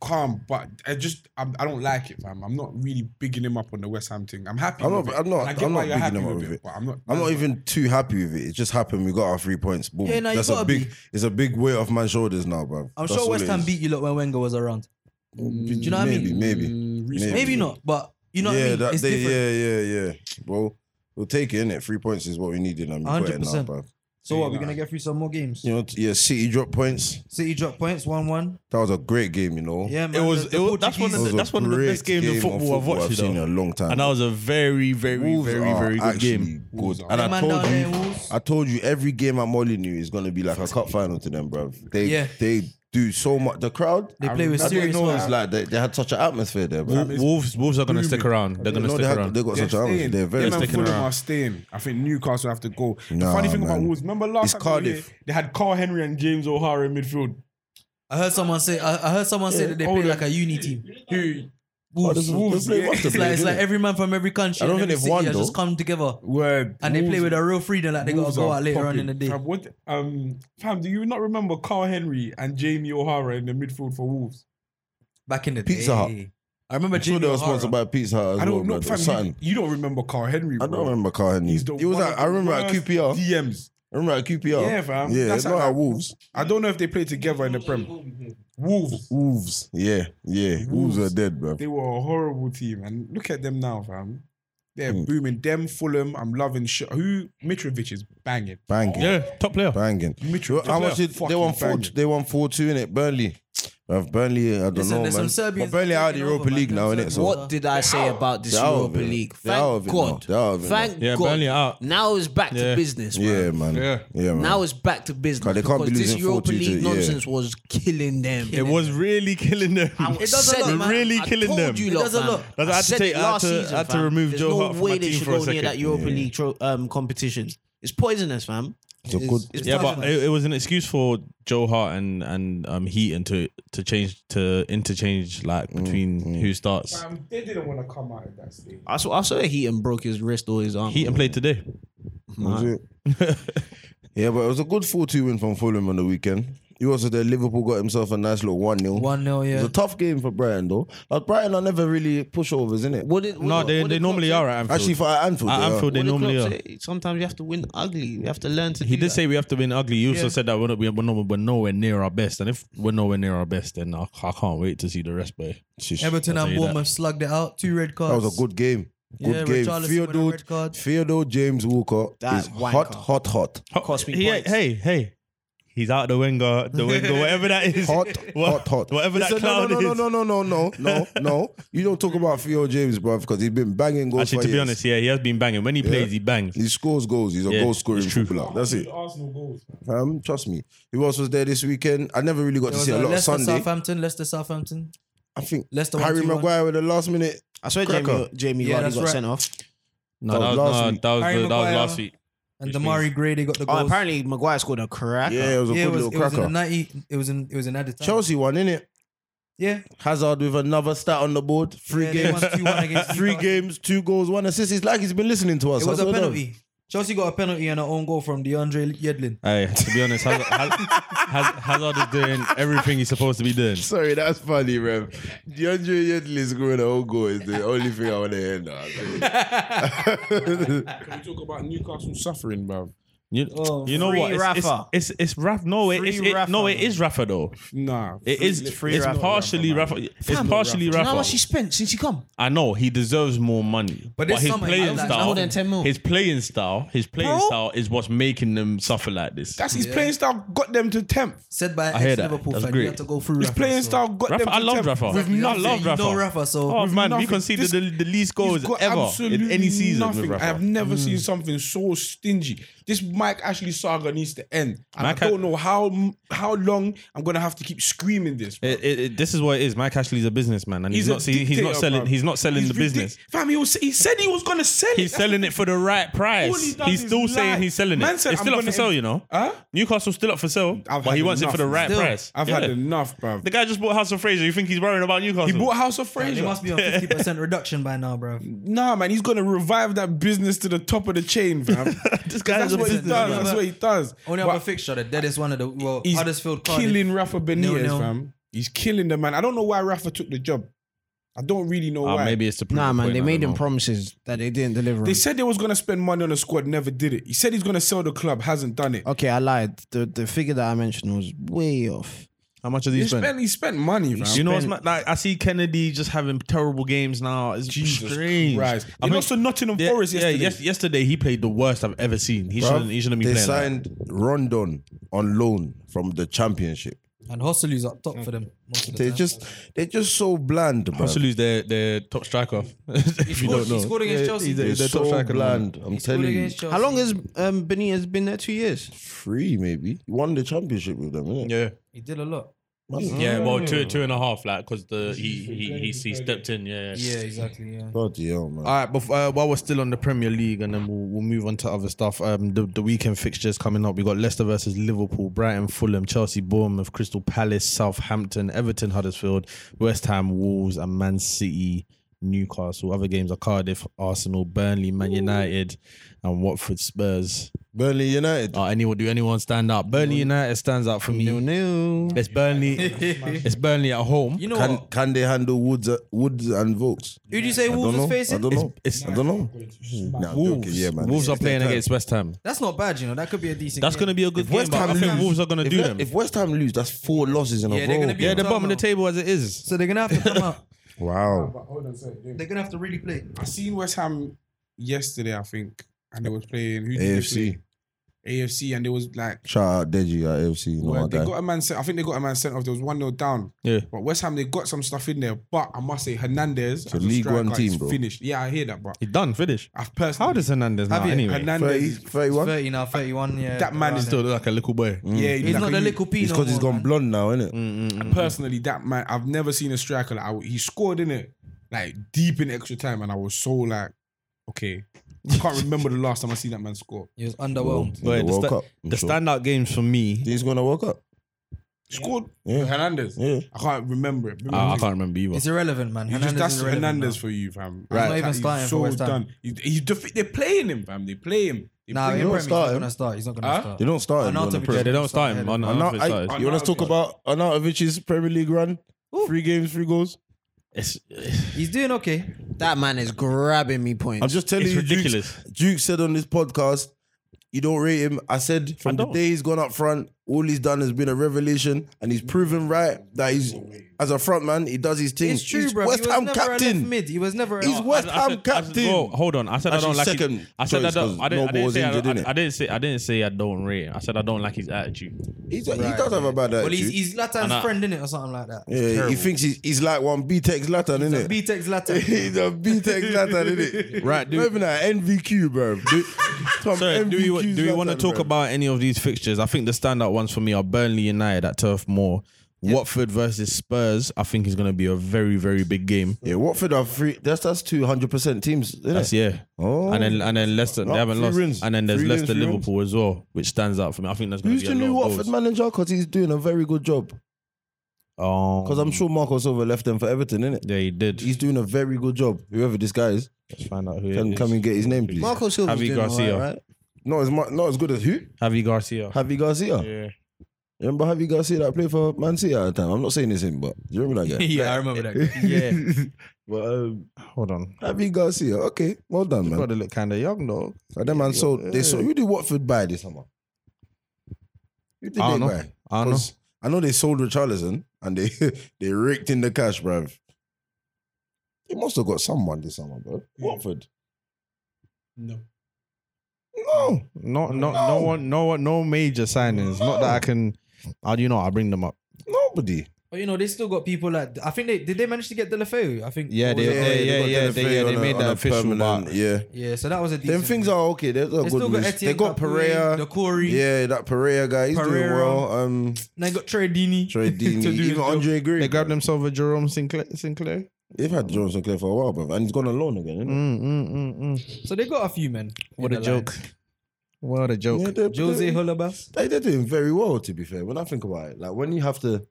F: calm. But I just, I'm, I don't like it, fam. I'm not really bigging him up on the West Ham thing. I'm happy.
B: I'm
F: with
B: not-
F: it.
B: I'm not-
F: And I get
B: I'm
F: why
B: not
F: you're
B: bigging
F: happy
B: him up
F: with
B: with
F: it,
B: it.
F: but I'm not.
B: I'm not even too happy with it. It just happened. We got our three points. Boom.
C: Yeah, no, you
B: That's a
C: gotta
B: big.
C: be.
B: It's a big weight off my shoulders now, bro.
C: I'm sure West Ham beat you lot when Wenger was around.
F: Mm,
B: Do
C: you know what I mean? Mm,
B: Maybe, maybe,
C: Maybe, not, but you know
B: yeah,
C: what I mean.
B: that
C: it's
B: day,
C: different.
B: yeah, yeah, yeah. Well, we'll take it in it. Three points is what we needed. and we got it now,
C: 100%.
B: bro.
C: So what? We're gonna get through some more games.
B: You know, t- yeah. City drop points.
C: City drop points one one.
B: That was a great game. You know,
C: Yeah,
A: It
C: man.
A: was.
C: the- the
A: It was that's one. Of
B: That
A: the,
B: was
C: Portuguese-
B: a
A: that's one of the
B: great
A: best games
B: game
A: of football I've watched.
B: I've seen in
A: though.
B: a long time.
A: And that was a very, very,
B: Wolves
A: very,
B: are
A: very good
B: actually
A: game.
B: Good.
F: are-
B: And I
C: Man
B: told
C: down there,
B: you,
C: Wolves.
B: I told you, every game at Molyneux is going to be like a cup final to them, bro. They
C: Yeah.
B: they do so much. The crowd,
C: They play with
B: I didn't
C: serious
B: know it's
C: heart.
B: like they, they had such an atmosphere there, bro.
A: Wol- Wolves. Wolves are going to stick around. They're going to
B: No, they,
A: stick
B: had,
A: around.
B: they got
F: They're
B: such an atmosphere.
F: staying.
B: They're very
F: Them and
A: sticking
F: Fulham
A: around.
F: are staying. I think Newcastle have to go. the
B: Nah,
F: funny thing about
B: man.
F: Wolves, remember
B: It's
F: last time they were
B: Cardiff.
F: here, they had Carl Henry and James O'Hara in midfield.
C: I heard someone say. I, I heard someone say that they
F: Oh,
C: play
F: yeah.
C: like a uni team.
F: Who
C: Wolves.
F: Wolves,
B: they
F: yeah.
B: must have
C: It's like,
B: played,
C: it's like
B: innit?
C: every man from every country.
B: I don't
C: and
B: think
C: every
B: they've won,
C: city has just
B: though.
C: come together
F: were
C: and they play
F: Wolves-
C: with a real freedom. Like they gotta
F: Wolves
C: go
F: are
C: out later on in
F: popping.
C: the day.
F: Fam, what, um, fam, do you not remember Carl Henry and Jamie O'Hara in the midfield for Wolves?
C: Back in the day.
B: Pizza Hut.
C: I remember
B: I'm sure
C: Jamie
B: they were
C: O'Hara.
B: sponsored by Pizza Hut as
F: I
B: well,
F: don't
B: bro.
F: know, fam.
B: Something.
F: You, you don't remember Carl Henry?
B: I
F: bro.
B: don't remember Carl Henry.
F: He's the
B: It was
F: one
B: at,
F: of
B: I
F: the
B: remember at
F: worst
B: QPR.
F: DMs.
B: I remember at QPR.
F: Yeah, fam.
B: Yeah,
F: That's
B: it's not
F: like-
B: at Wolves.
F: I don't know if they played together in the Prem. Wolves.
B: Wolves. Yeah, yeah. Wolves,
F: Wolves.
B: are dead, bro.
F: They were a horrible team, and look at them now, fam. They're
B: Hmm.
F: booming. Them Fulham. I'm loving. Sh- who Mitrovic is banging.
B: Banging.
A: Yeah, top player.
B: Banging.
F: Mitrovic.
B: How much did they
F: Fucking
B: won four?
F: banging.
B: They won four two in it. Burnley. Bruv, Burnley. I don't
C: Listen,
B: know,
C: there's some
B: man.
C: Serbians
B: but Burnley out of the
C: taking
B: Europa
C: over, man.
B: League now,
C: Them
B: innit? So
C: Serbians
E: What did I say about this
B: They're out of
E: Europa
B: it.
E: League?
B: They're out of
E: Thank
B: it now.
E: God.
B: They're out of it
E: Thank
A: Yeah,
E: God.
A: Burnley out.
E: Now it's back to
A: Yeah.
E: business. man.
B: yeah, man.
A: Yeah.
B: yeah, man.
E: Now it's back to business.
B: 'Cause they can't be
E: because this
B: losing
E: Europa
B: 4-2 to-
E: League
B: yeah.
E: nonsense was killing them.
A: It was really killing them.
E: I was
C: It does a
E: said
C: lot,
E: it,
C: man.
A: Really
E: I
A: killing
E: told
A: them.
E: You
C: It
E: lot,
C: does a
E: fam.
C: lot.
A: That's- I had to
E: said it
A: take- I had
E: last
A: to- I
E: season,
A: had to
E: fam.
A: remove
E: There's
A: Joe
E: no
A: Hart from
E: way
A: my
E: they
A: team
E: should
A: for a
E: go near
A: second.
E: that Europa League tro- um, competition. It's poisonous, fam.
B: It's a good-
E: it's
A: yeah, but
E: poisonous.
A: it, it was an excuse for Joe Hart and and um Heaton to to change to interchange like between who starts.
F: Fam, they didn't want to come out of that stage.
E: I saw, I saw Heaton broke his wrist or his arm.
A: Heaton played today.
B: Was it? yeah, but it was a good 4 2 win from Fulham on the weekend. He also there. Liverpool got himself a nice little 1 0.
C: One 0
B: It
C: yeah.
B: was a tough game for Brighton, though. Like, Brighton are never really pushovers, innit?
E: What did, what
A: No,
E: did-
A: they
E: what
A: they
E: did Klopp
A: normally
E: say?
A: are at Anfield.
B: Actually, for Anfield.
A: At
B: they are.
A: Anfield, they
E: What did Klopp
A: normally are.
E: say? Sometimes you have to win ugly. You have to learn to.
A: He
E: do
A: did
E: that.
A: say we have to win ugly. He also said that we're, not, we're, not, we're nowhere near our best. And if we're nowhere near our best, then I, I can't wait to see the rest, boy.
B: Sheesh.
C: Everton
A: I'll tell
C: and
A: you that.
C: Bournemouth slugged it out. Two red
B: That
C: cards.
B: was a good game. Good
C: Yeah,
B: game.
C: Richarlison with a
B: Theodore,
C: red card.
B: Theodore James Walker
E: That
B: is
E: wanker.
B: hot, hot, hot.
E: Cost me
A: He-
E: points.
A: hey, hey. He's out the Wenger, the Wenger, whatever that is.
B: Hot,
A: What-
B: hot, hot.
A: Whatever that
B: Listen, no,
A: cloud
B: no, no,
A: is.
B: no, no, no, no, no, no, no. You don't talk about Theo James, bro, because he's been banging goals.
A: Actually,
B: for
A: to be
B: years.
A: honest, yeah, he has been banging. When he plays, he bangs.
B: he scores goals. He's a
A: Yeah,
B: goal scoring
A: it's true.
B: footballer. That's it.
F: Arsenal goals.
B: Um, trust me. Who else was there this weekend? I never really got
C: There
B: to
C: was
B: see a lot of
C: Leicester
B: Sunday.
C: Southampton. Leicester Southampton.
B: I think
C: Leicester won
B: Harry
C: 2-1.
B: Maguire with the last minute.
E: I swear,
B: Cracker.
E: Jamie, Jamie
C: Yeah,
E: Vardy
C: that's
E: got
C: right.
E: sent off.
A: No,
B: That
A: that was,
B: was last
A: no,
B: week.
A: that was,
C: Harry
A: the, that was
C: Maguire.
A: last week.
C: And
A: Which
C: Damari Gray, they got the
E: Oh,
C: goals.
E: apparently Maguire scored a cracker.
B: Yeah, it was a
C: yeah, it
B: good
C: was,
B: little
C: it was in the
B: cracker.
C: ninety. It was in. It was in added time.
B: Chelsea won, innit?
C: Yeah.
B: Hazard with another stat on the board. Three
C: yeah,
B: games.
C: They won 2-1 against
B: Three
C: Newcastle.
B: games, two goals, one assist. It's like he's been listening to us.
C: It was
B: I
C: a
B: swear down.
C: penalty. Chelsea got a penalty and an own goal from DeAndre Yedlin.
A: Hey, to be honest, Hazard, Hazard, Hazard is doing everything he's supposed to be doing.
B: Sorry, that's funny, Rev. DeAndre Yedlin is going own goal is the only thing I want to hear now.
F: Can we talk about Newcastle suffering, bro?
A: You,
C: Oh,
A: you know
E: free
A: what? It's,
E: Rafa.
A: It's, it's, it's Rafa. No, it,
E: Free
A: it's, it,
E: Rafa,
A: no, it
E: man.
A: is Rafa though.
F: Nah,
A: It is.
E: free
A: it's
E: Rafa.
A: partially Rafa. It's partially
E: Do you know how
A: Rafa.
E: much he spent since he come?
A: I know he deserves more money, but,
C: But this
A: his
C: summer,
A: playing
C: he's like
A: style,
E: more than 10 mil.
A: his playing style, his playing
E: Bro.
A: style is what's making them suffer like this.
F: That's his playing style. Got them to tenth.
C: Said by
A: hear
C: ex
A: that.
C: Liverpool
A: That's
C: fan.
A: great.
C: You had to go through.
F: His
C: Rafa,
F: playing
C: so-
F: style got
A: Rafa,
F: them.
A: I
F: to
A: love
F: 10th.
A: Rafa.
F: With
C: You
A: I
F: nothing.
A: love
C: know
A: Rafa.
C: Rafa, so
A: oh
F: with
A: man,
F: nothing.
A: we conceded
F: This-
A: the, the least
F: He's
A: goals
F: got
A: ever in
F: absolutely
A: any season with
F: nothing.
A: Rafa. Mm.
F: I've never seen something so stingy. This Mike Ashley saga needs to end. And
A: Mike
F: I
A: Ha-
F: don't know how how long I'm gonna have to keep screaming this.
A: It, it, it, this is what it is. Mike Ashley's a businessman, and he's,
F: a
A: Eh, not. see- He's not
F: dictator,
A: selling.
F: bruv.
A: He's not selling
F: He's
A: the
F: ridic-
A: business.
F: Fam, he, was, he said he was gonna sell it.
A: He's selling it for the right
F: All he
A: price.
F: does
A: He's
F: is
A: still
F: lie.
A: saying he's selling
F: Man
A: it.
F: said,
A: it's
F: "I'm
A: still up
F: gonna
A: for sale,
F: end-"
A: you know.
F: Huh?
A: Newcastle's still up for sale,
F: I've
A: but he
F: had
A: wants it for the
F: enough.
A: right
C: Still.
A: price.
F: I've
A: Yeah.
F: had enough, bruv.
A: The guy just bought House of Fraser. You think he's worrying about Newcastle?
F: He bought House of
C: They
F: Fraser.
C: must be on fifty percent reduction by now, bro.
F: Nah, man, he's gonna revive that business to the top of the chain, fam.
A: this guy's
F: that's
A: a
F: what he
A: business.
F: does. That's what he does.
C: Only
F: But
C: other fixture, the deadest one of the well,
F: he's
C: Huddersfield. Cardiff.
F: killing Rafa Benitez,
C: Nil-nil.
F: fam. He's killing the man. I don't know why Rafa took the job. I don't really know
A: Ah,
F: why.
A: maybe it's the
E: Nah,
A: proof
E: man,
A: point,
E: they
A: I
E: made
A: don't
E: him
A: know.
E: promises that they didn't deliver.
F: They
E: on.
F: said they was gonna spend money on the squad, never did it. He said he's gonna sell the club, hasn't done
A: Oh,
F: it.
E: Okay, I lied. The the figure that I mentioned was way off.
A: How much are
F: He
A: these spent?
F: spent, he spent money, fam.
A: You know what's mad? like I see Kennedy just having terrible games now. It's
F: Jesus
A: strange.
F: Christ.
A: I
F: He
A: mean-
F: lost to Nottingham
A: Yeah,
F: Forest
A: yeah,
F: yesterday.
A: yes- yesterday he played the worst I've ever seen. He shouldn't. He shouldn't be
B: they
A: playing. like that.
B: signed Rondon on loan from the championship.
C: and Hossolu's up top for them. Most of the
B: They
C: time.
B: just they're just so bland, bro.
A: Hustle is their their top striker.
C: he
A: if you
C: scored,
A: don't
C: he
A: know,
C: scored against Chelsea.
B: They're,
A: They're top
B: so
A: striker,
B: bland. I'm
C: He scored
B: telling you,
C: against Chelsea.
E: How long has um, Benitez been there? Two years.
B: three maybe. He won the championship with them, innit?
A: yeah,
C: He did a lot.
A: yeah. Well, two two and a half, like because the he he he, he stepped in. Yeah,
C: Yeah, exactly. Yeah.
B: Bloody hell, man.
H: All right, before, uh, while we're still on the Premier League, and then we'll, we'll move on to other stuff. Um, the, the weekend fixtures coming up. We got Leicester versus Liverpool, Brighton, Fulham, Chelsea, Bournemouth, Crystal Palace, Southampton, Everton, Huddersfield, West Ham, Wolves, and Man City, Newcastle. Other games are Cardiff, Arsenal, Burnley, Man United, and Watford, Spurs.
B: Burnley United.
A: Ah.
H: Uh, anyone do anyone stand out? Burnley United stands out for me. It's Burnley. it's Burnley at home.
C: You know
B: can
C: what?
B: can they handle Woods uh, Woods and Volks?
C: Who do you say
B: I don't
C: Wolves
B: know.
C: is facing?
B: I don't know.
H: It's-
B: I don't know. Nah, I'm joking.
H: Wolves,
B: yeah, man.
H: Wolves are
B: It's their
H: playing
B: turn.
H: against West Ham.
C: That's not bad, you know. That could be a decent.
A: That's
C: game.
A: gonna be a good
B: If
A: game.
B: West
A: but
B: Ham
A: I think
B: lose-
A: Wolves are gonna
B: If
A: do
B: Le-
A: them.
B: If West Ham lose, that's four losses in
C: Yeah,
B: a
C: they're
B: row.
C: gonna be.
A: yeah,
C: on
A: the
C: top
A: bottom of the
C: now.
A: table as it is.
C: So they're gonna have to come out.
B: wow.
C: They're gonna have to really play.
F: I seen West Ham yesterday, I think, and they was playing who did they
B: AFC.
F: play? AFC, and they was like
B: Shout out Deji at AFC. You know
F: well,
B: my
F: they
B: guy.
F: got a man sent. I think they got a man sent off. There was one 0 down.
A: Yeah.
F: But West Ham, they got some stuff in there. But I must say, Hernandez
B: a
F: as a
B: League
F: striker
B: One team,
F: is
B: bro.
F: finished. Yeah, I hear that, but
A: He's done. Finished.
F: I've personally
A: How does Hernandez now?
C: Have you-
A: Anyway,
F: Hernandez
B: 30,
F: is-
B: 31?
C: Thirty now, thirty-one. Yeah,
F: That man is
C: around
A: still like a little boy.
B: Mm.
F: yeah,
C: there. He's
F: like
C: not
F: a
C: the
F: youth.
C: little P.
B: It's because he's gone
C: more,
B: Mm.
C: man.
B: blonde now, isn't it?
A: Mm,
F: personally, that man, I've never seen a striker like I- he scored in it, like deep in extra time, and I was so like, okay, I can't remember the last time I seen that man score.
C: He was underwhelmed.
B: In the
A: Boy, the
B: World
A: sta-
B: Cup. I'm
A: The
B: sure.
A: standout games for me.
B: He's gonna walk up.
F: Scored
B: Yeah.
F: Hernandez.
B: Yeah.
F: I can't remember it.
A: Ah, I can't remember either.
C: It's irrelevant, man.
F: You just,
C: Hernandez
F: that's
C: is irrelevant
F: Hernandez
C: now.
F: for you, fam.
C: Right. Not
F: Like,
C: even
F: he's
C: starting for
F: so
C: West Ham.
F: done. He, he def- they're playing him, fam. They play him. They
C: Nah,
F: play
C: in
F: him.
B: don't
C: Premier, he's
B: start
C: not
B: him.
C: gonna start. He's not gonna
F: Huh?
C: start.
B: They don't start. him,
C: Arnautovic-
B: don't
A: Yeah,
B: they?
A: they don't start him.
C: Arnautovic-
A: I
B: Arna-
A: don't know if it started.
B: I- you want to talk about Arnautovic's Premier League run? Three games, three goals.
A: It's,
C: He's doing okay.
E: That man is grabbing me points.
B: I'm just telling
A: It's
B: you, Duke's-
A: ridiculous.
B: Duke said on this podcast, you don't rate him. I said from the
A: don't.
B: day he's gone up front, all he's done has been a revelation, and he's proven right that he's as a front man, he does his thing.
C: It's true,
B: he's
C: bro.
B: West
C: he was
B: Ham
C: never a left
B: captain.
C: Mid. He was never. a-
B: He's West
A: I- I
B: Ham
A: said- I said-
B: captain.
A: whoa, hold on. I said I
B: Actually,
A: don't like.
B: second
A: his, I said I
B: choice,
A: don't.
B: 'cause
A: I didn't, I
B: Noble
A: didn't
B: was
A: say. I,
B: injured,
A: I-
B: innit?
A: I didn't say. I didn't say I don't rate him. I said I don't like his attitude.
B: He's, he does have a bad
C: Well, he's,
B: attitude.
C: he's Latan's
A: And I-
C: friend, innit, or something like that.
B: yeah, he thinks he's, he's like one B-Tech Zlatan, isn't it?
C: B-Tech Latan.
B: He's a B-Tech Zlatan, isn't it? Right, dude. Even at NVQ, bro. Dude, Tom,
A: So, do we
B: NVQ
A: do we want to
B: Zlatan,
A: talk
B: bro.
A: about any of these fixtures? I think the standout ones for me are Burnley United at Turf Moor, Watford versus Spurs. I think is going to be a very very big game.
B: Yeah, Watford are three. That's that's two hundred percent teams. Isn't
A: That's
B: it?
A: yeah.
B: Oh,
A: And then and then Leicester
B: Oh,
A: they haven't
B: three
A: lost.
B: wins.
A: And then there's
B: Three wins,
A: Leicester
B: three wins.
A: Liverpool as well, which stands out for me. I think that's going
B: who's
A: to
B: the
A: be a
B: new
A: lot of
B: Watford
A: goals.
B: manager? Because he's doing a very good job.
A: Um,
B: Because I'm sure Marco Silva left them for Everton, isn't it?
A: yeah he did.
B: He's doing a very good job. Whoever this guy is,
A: Let's find out who
B: can
A: it is.
B: come and get his name, please.
E: Marco Silva's
A: Javi
E: doing
A: Garcia.
E: alright, right?
B: Not as mu- not as good as who?
A: Javi Garcia.
B: Javi Garcia.
A: Yeah.
B: Remember Javi Garcia that played for Man City at the time? I'm not saying it's him, but do you remember that guy?
C: Yeah, I remember that. guy.
A: Yeah.
B: But um,
A: Hold on.
B: Javi Garcia. Okay, well done, man.
A: Got to look kind of young though.
B: So them man sold. They sold. Who did Watford buy this summer? Who did
A: I
B: they
A: don't know.
B: buy?
A: I don't know.
B: 'Cause I know they sold Richarlison and they they raked in the cash, bruv. They must have got someone this summer, bro. Watford.
F: No.
B: No.
A: No, no, no one, no one, no major signings. Not that I can. How do you know? I bring them up.
B: Nobody.
C: But you know, they still got people like I think they did. They manage to get Delafeu. I think.
A: Yeah,
C: what was
A: they-
C: it?
A: they- yeah,
B: got
A: yeah,
B: Delafeu
A: they- yeah, they
B: on a-
A: made
B: on
A: that
B: a
A: official,
B: permanent,
A: but-
B: yeah.
C: yeah. So that was a.
B: Them
C: Decent
B: things are okay. They've got
C: They
B: good
C: still got
B: moves. They
C: Etienne
B: got
C: Capoue,
B: Perea.
C: Doucouré.
B: Yeah, that Perea guy. He's doing
C: Pereira.
B: well. Um,
C: And they got Tredini.
B: Troy Deeney,
C: do
B: even
C: the-
B: Andre Green.
A: They grabbed themselves a Jerome Sinclair. Sinclair.
B: They've had Jordan Sinclair for a while, bro, and he's gone alone again. Isn't
A: Mm, mm, mm, mm.
C: so they got a few men.
A: What
C: in
A: a
C: the line.
A: joke. What a
B: he?
A: joke.
B: Yeah, they're-
C: Jose
B: they're-
C: Holabas.
B: they, they're doing very well. To be fair, when I think about it, like when you have to,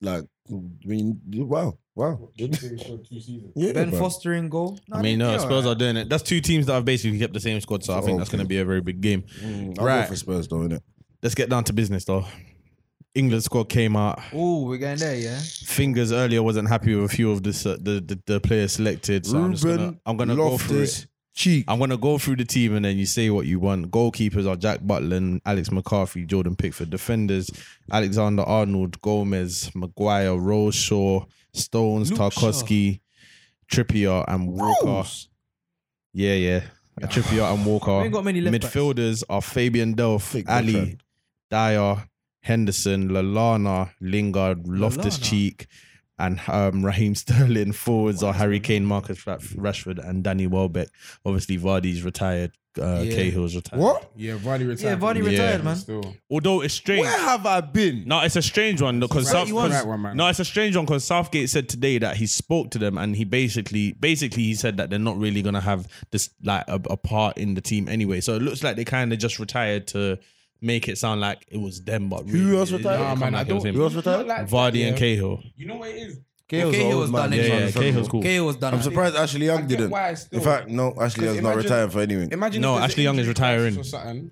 B: like, I mean, wow, wow. yeah,
C: Ben
B: bro.
C: Foster in goal. No,
A: I mean,
C: they-
A: no,
C: they
A: Spurs
C: alright.
A: are doing it. That's two teams that have basically kept the same squad, so I think that's
B: Okay.
A: going to be a very big game.
B: Mm, I'll
A: Right.
B: go for Spurs though, innit?
A: Let's get down to business, though. England squad came out.
C: Oh, we're getting there, yeah.
A: Fingers earlier wasn't happy with a few of the s- the, the, the players selected, so I'm just gonna
B: Ruben
A: I'm gonna go through it.
B: Loftus Cheek.
A: I'm gonna go through the team and then you say what you want. Goalkeepers are Jack Butland, Alex McCarthy, Jordan Pickford. Defenders: Alexander Arnold, Gomez, Maguire, Rose Shaw, Stones,
C: Luke
A: Tarkovsky, Trippier, and Walker. Yeah, yeah. Trippier and Walker.
C: We ain't got many left backs.
A: Midfielders are Fabian Delph,
B: Fake
A: Ali,
B: contract.
A: Dyer, Henderson, Lalana, Lingard, Loftus Cheek, and um, Raheem Sterling. Forwards are Harry Kane, Marcus Ra- Rashford, and Danny Welbeck. Obviously, Vardy's retired. Uh,
C: Yeah.
A: Cahill's retired.
B: What?
F: Yeah, Vardy
C: Yeah,
F: retired.
C: Vardy
A: Yeah.
C: retired, man.
F: Still.
A: Although it's strange.
B: Where have I been?
A: No, it's a strange one because
F: Right,
A: South,
F: he was.
A: because-
F: Right one, man.
A: no, it's a strange one because Southgate said today that he spoke to them and he basically, basically, he said that they're not really gonna have this like a, a part in the team anyway. So it looks like they kind of just retired to make it sound like it was them, but really,
B: else
A: it
B: retired?
A: didn't
F: Nah,
A: come
F: man, I
A: like it was
F: don't.
A: him.
B: Who else retired?
F: Not like that,
A: Vardy
F: yeah.
A: and Cahill.
F: You know what it is?
B: Cahill's
C: Cahill
B: the old
C: was
B: man.
C: done
A: Yeah,
C: Yeah,
A: yeah, Cahill's cool.
C: KO was done.
B: I'm surprised Ashley
F: I
B: Young
F: get
B: didn't.
F: why it's
B: In
F: still-
B: fact, no, Ashley
F: Because
B: Young's not
F: imagine-
B: retiring for anything.
F: Imagine
A: No,
F: if there's
A: Ashley
F: an
A: Young is
F: injury crisis
A: retiring.
F: Or something.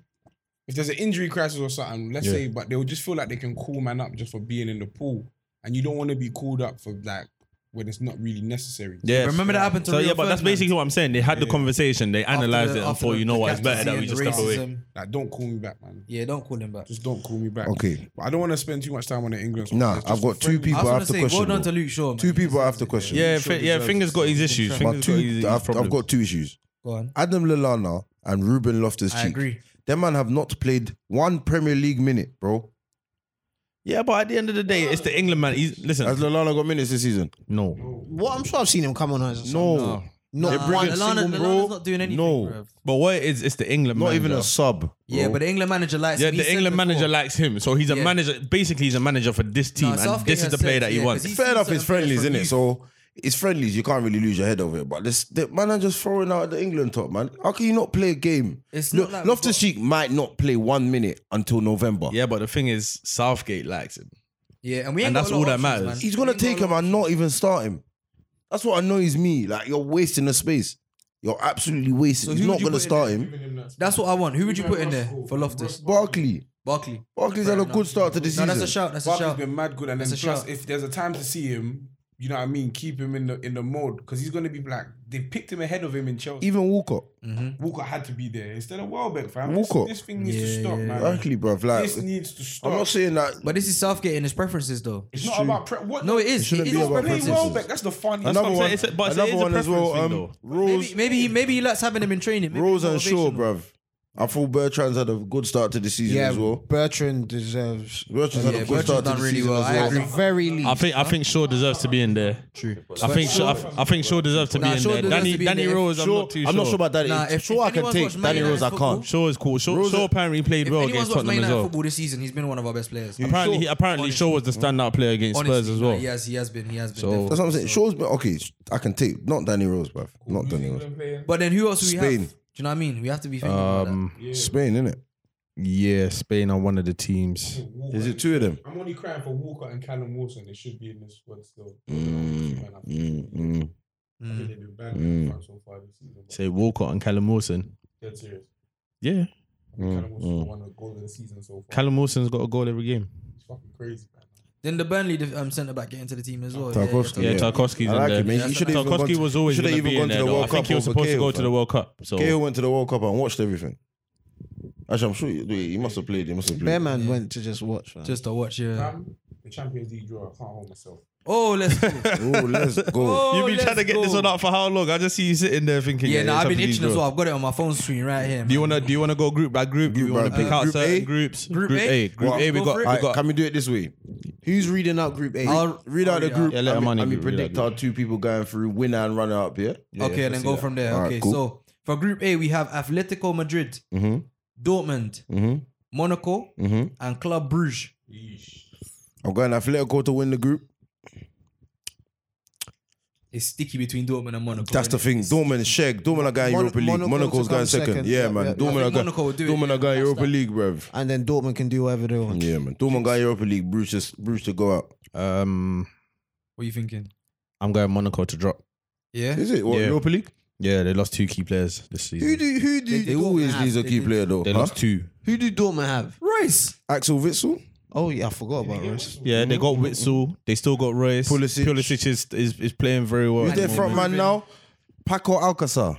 F: If there's an injury crisis or something, let's
A: Yeah.
F: say, but they'll just feel like they can call man up just for being in the pool, and you don't want to be called up for like when it's not really necessary.
A: Yeah.
C: Remember that happened to
A: So
C: Rio
A: yeah, but that's
C: Ferdinand?
A: basically what I'm saying. They had the conversation, they
C: After
A: analyzed
C: the-
A: it, and
C: after
A: thought,
C: the-
A: you know
C: the
A: what, it's better
C: captaincy
A: that we
C: and
A: just
C: the
A: step away.
C: racism.
F: Like, don't call me back, man.
C: Yeah, don't call him back.
F: Just don't call me back.
B: Okay.
F: But I don't want to spend too much time on the England. squad.
B: Nah,
F: It's just
B: I've got two
F: friendly.
B: people
C: I was
B: I
C: gonna
B: have to
C: say,
B: question.
C: well done
B: though.
C: to Luke Shaw. Man.
B: Two people I have to question.
A: Yeah, fi- yeah. Fingers got his issues.
B: My
A: Fingers got his, his
B: two, I've, I've
A: problems.
B: got two issues.
C: Go on.
B: Adam Lallana and Ruben Loftus
C: I
B: Cheek.
C: agree.
B: Them man have not played one Premier League minute, bro.
A: Yeah, but at the end of the day, it's the England man. He's,
B: Has
A: listen,
B: Lallana got minutes this season?
A: no.
E: What I'm sure I've seen him come on as
B: No.
E: no.
B: They're bringing
C: Lallana-
B: single,
C: Lallana's
B: bro.
C: not doing anything,
B: No,
C: bruv.
A: But what it is, it's the England
B: not
A: manager.
B: even a sub. bro.
C: Yeah, but the England manager likes.
A: Yeah,
C: him. He
A: the
C: said
A: England manager
C: before-
A: likes him, so he's a
C: Yeah.
A: manager. Basically, he's a manager for this team, and
C: Southgate
A: this is
C: has
A: the player
C: said,
A: that he
C: yeah, 'cause
A: wants.
C: he's-
B: fair enough.
C: seems
B: It's
C: to have played
B: friendlies,
C: from
B: isn't it?
C: youth.
B: So it's friendlies. You can't really lose your head over it. But this the manager's throwing out the England top man. How can you not play a game?
C: It's
B: Look,
C: not like we've
B: Loftus Cheek might not play one minute until November.
A: yeah, but the thing is, Southgate likes him.
C: Yeah, and we ain't
A: And
C: got
A: that's
C: a lot
A: all
C: of
A: that
C: options,
A: matters.
C: man.
B: He's gonna
C: We ain't got
B: take
C: a
B: him
C: lot-
B: and not even start him. That's what annoys me. Like you're wasting the space. You're absolutely wasting.
C: So
B: He's
C: who
B: not
C: would you
B: gonna
C: put in
B: start him.
C: That's what I want. Who would you put in there for Loftus?
B: Barkley.
C: Barkley.
B: Barkley's had a good start to the
C: No,
B: season.
C: that's a shout. That's a
F: Barkley's
C: shout.
F: been mad good, and then
C: That's a
F: plus,
C: shout.
F: if there's a time to see him, you know what I mean. Keep him in the in the mode because he's gonna be like they picked him ahead of him in Chelsea.
B: Even Walcott.
C: Mm-hmm.
F: Walker had to be there instead of Welbeck, fam. This-
B: Walcott.
F: This, thing needs to stop, man.
B: Barkley, bruv. Like
F: This needs to stop.
B: I'm not saying that
C: But this is Southgate and his preferences, though.
F: it's not about pre- what.
C: No, it is. It
B: shouldn't
C: is
B: be
C: his
B: about
F: Play
C: preferences.
B: preferences.
F: Welbeck. That's the funny. that's
B: another
F: what I'm
B: one.
F: saying.
A: It's a- but it's- it is
B: another
A: a
B: one as well.
A: preference
B: Um,
A: thing,
B: Rose,
C: Maybe, maybe he maybe he likes having him in training. Maybe
B: Rose
C: it's
B: and Shaw,
C: motivational.
B: bruv. I thought Bertrand's had a good start to the season
E: Yeah,
B: as well.
E: Bertrand deserves
B: Bertrand's had
C: Oh, Yeah,
B: a good
C: Bertrand's
B: start to
C: done
B: the
C: really
B: season
C: well. I
B: as
E: at
B: well.
E: the very least.
A: I think I think Shaw deserves to be in there. True. I think Shaw, I, I think Shaw deserves to
C: Nah,
A: be in
C: Shaw
A: there.
C: deserves
A: Danny
C: to be in
A: Danny
C: there.
A: Rose, I'm not too sure.
B: about that.
C: Nah, if- if anyone's watched Man United football-
A: Shaw is cool. Shaw, Shaw apparently played
C: If
A: well
C: anyone's
A: against
C: watched Man
A: Tottenham as
C: United
A: well.
C: football this season, he's been one of our best players.
A: Apparently, he, apparently Shaw was the standout player against
C: Honestly,
A: Spurs as
C: no,
A: well.
C: He has, he has been, he has been.
A: So-
C: definitely.
B: That's what I'm saying. Shaw's been okay. I can take not Danny Rose, bruv. Not Danny Rose.
C: But then who else do we
B: Spain.
C: have? Do you know what I mean? We have to be thinking about that.
A: Um,
B: Spain, isn't it?
A: yeah, Spain are one of the teams.
B: Is it two of them?
F: I'm only crying for Walker and Callum Wilson. They should be in this squad still.
B: Mm, mm.
F: I think they've been bad
B: Mm.
F: front so far this season. but
A: Say Walcott and Callum Wilson.
F: Dead serious.
A: Yeah,
F: I think Callum
B: Mm.
F: Wilson's won a goal of the season so far.
A: Callum Wilson's got a goal every game.
F: It's fucking crazy, man.
C: Then the Burnley def- um, centre back get into the team as well.
B: Tarkovsky.
A: Oh, Yeah,
B: Yeah.
A: Tarkovsky's
B: I
A: in
B: like
A: there.
B: it, man. You should have even gone
A: Tarkovsky
B: to,
A: was always
B: should
A: going
B: have
A: to
B: even
A: be in
B: gone to
A: there.
B: the
A: though.
B: World
A: I
B: Cup
A: think he was
B: over
A: supposed to
B: Cahill,
A: go to the
B: fam.
A: World Cup. So
B: Cahill went to the World Cup and watched everything. Actually, I'm sure he, he must have played. He must have played.
E: Bearman went to just watch. man.
C: Just to watch, yeah.
F: Fam, Um, the Champions League draw. I can't hold myself.
C: Oh, let's go.
B: Oh, let's go.
C: Oh,
A: you've been
C: let's
A: trying to get
C: go.
A: this one out for how long? I just see you sitting there thinking.
C: Yeah, no,
A: it's
C: I've been
A: something
C: itching
A: you
C: as
A: do.
C: well. I've got it on my phone screen right here.
A: Do you
C: man.
A: wanna do you wanna go group by group? do
B: Group
A: you wanna
B: by
A: pick
B: group.
A: out
B: Group
A: certain
B: A?
A: groups?
C: Group
A: A.
C: A?
A: Group
C: What?
A: A. We
C: Go
A: got
C: for it.
A: we
B: Alright,
A: got
B: can we do it this way?
E: Who's reading out Group A?
C: I'll
B: Read out the
C: I'll-
B: group.
A: Yeah, let
B: and we-
A: Amani
B: and we
A: read out
B: predict
A: the
B: our two people going through, winner and runner up. Yeah.
C: okay, and then go from there.
B: All right,
C: okay,
B: cool.
C: so for Group A, we have Atletico Madrid,
B: Mm-hmm.
C: Dortmund,
B: Mm-hmm.
C: Monaco,
B: Mm-hmm.
C: and Club Bruges.
B: I'm going Atletico to win the group.
C: It's sticky between Dortmund and Monaco.
B: That's the
C: innit?
B: thing. Dortmund, Shag. Dortmund are going
E: Mon-
B: Europa League.
E: Monaco's
B: Monaco's
E: gone
B: going second.
E: second.
B: Yeah,
E: Yeah,
B: man.
E: yeah.
C: I
B: Dortmund
C: think
B: are going.
C: Monaco will do it.
B: Dortmund are going Europa League, bruv.
E: and then Dortmund can do whatever they want.
B: Yeah, man. Dortmund going Europa League. Bruce just Bruce to go out.
A: Um,
C: What are you thinking?
A: I'm going Monaco to drop.
C: Yeah.
B: Is it what
A: Yeah.
B: Europa League?
A: Yeah, they lost two key players this
B: Who
A: season.
B: do who do
E: They-
B: they,
E: they Dortmund
B: always
E: have-
B: lose a
E: they
B: key
E: do.
B: player though?
A: They
B: huh?
A: lost two.
E: Who do Dortmund have?
C: Rice.
B: Axel Witzel,
E: Oh yeah, I forgot about Rice.
A: Yeah, they got Witzel. They still got Royce.
B: Mm-hmm. Pulisic.
A: Pulisic is, is, is playing very well.
B: who's
A: at the
B: their front
A: moment.
B: man now? Paco Alcacer.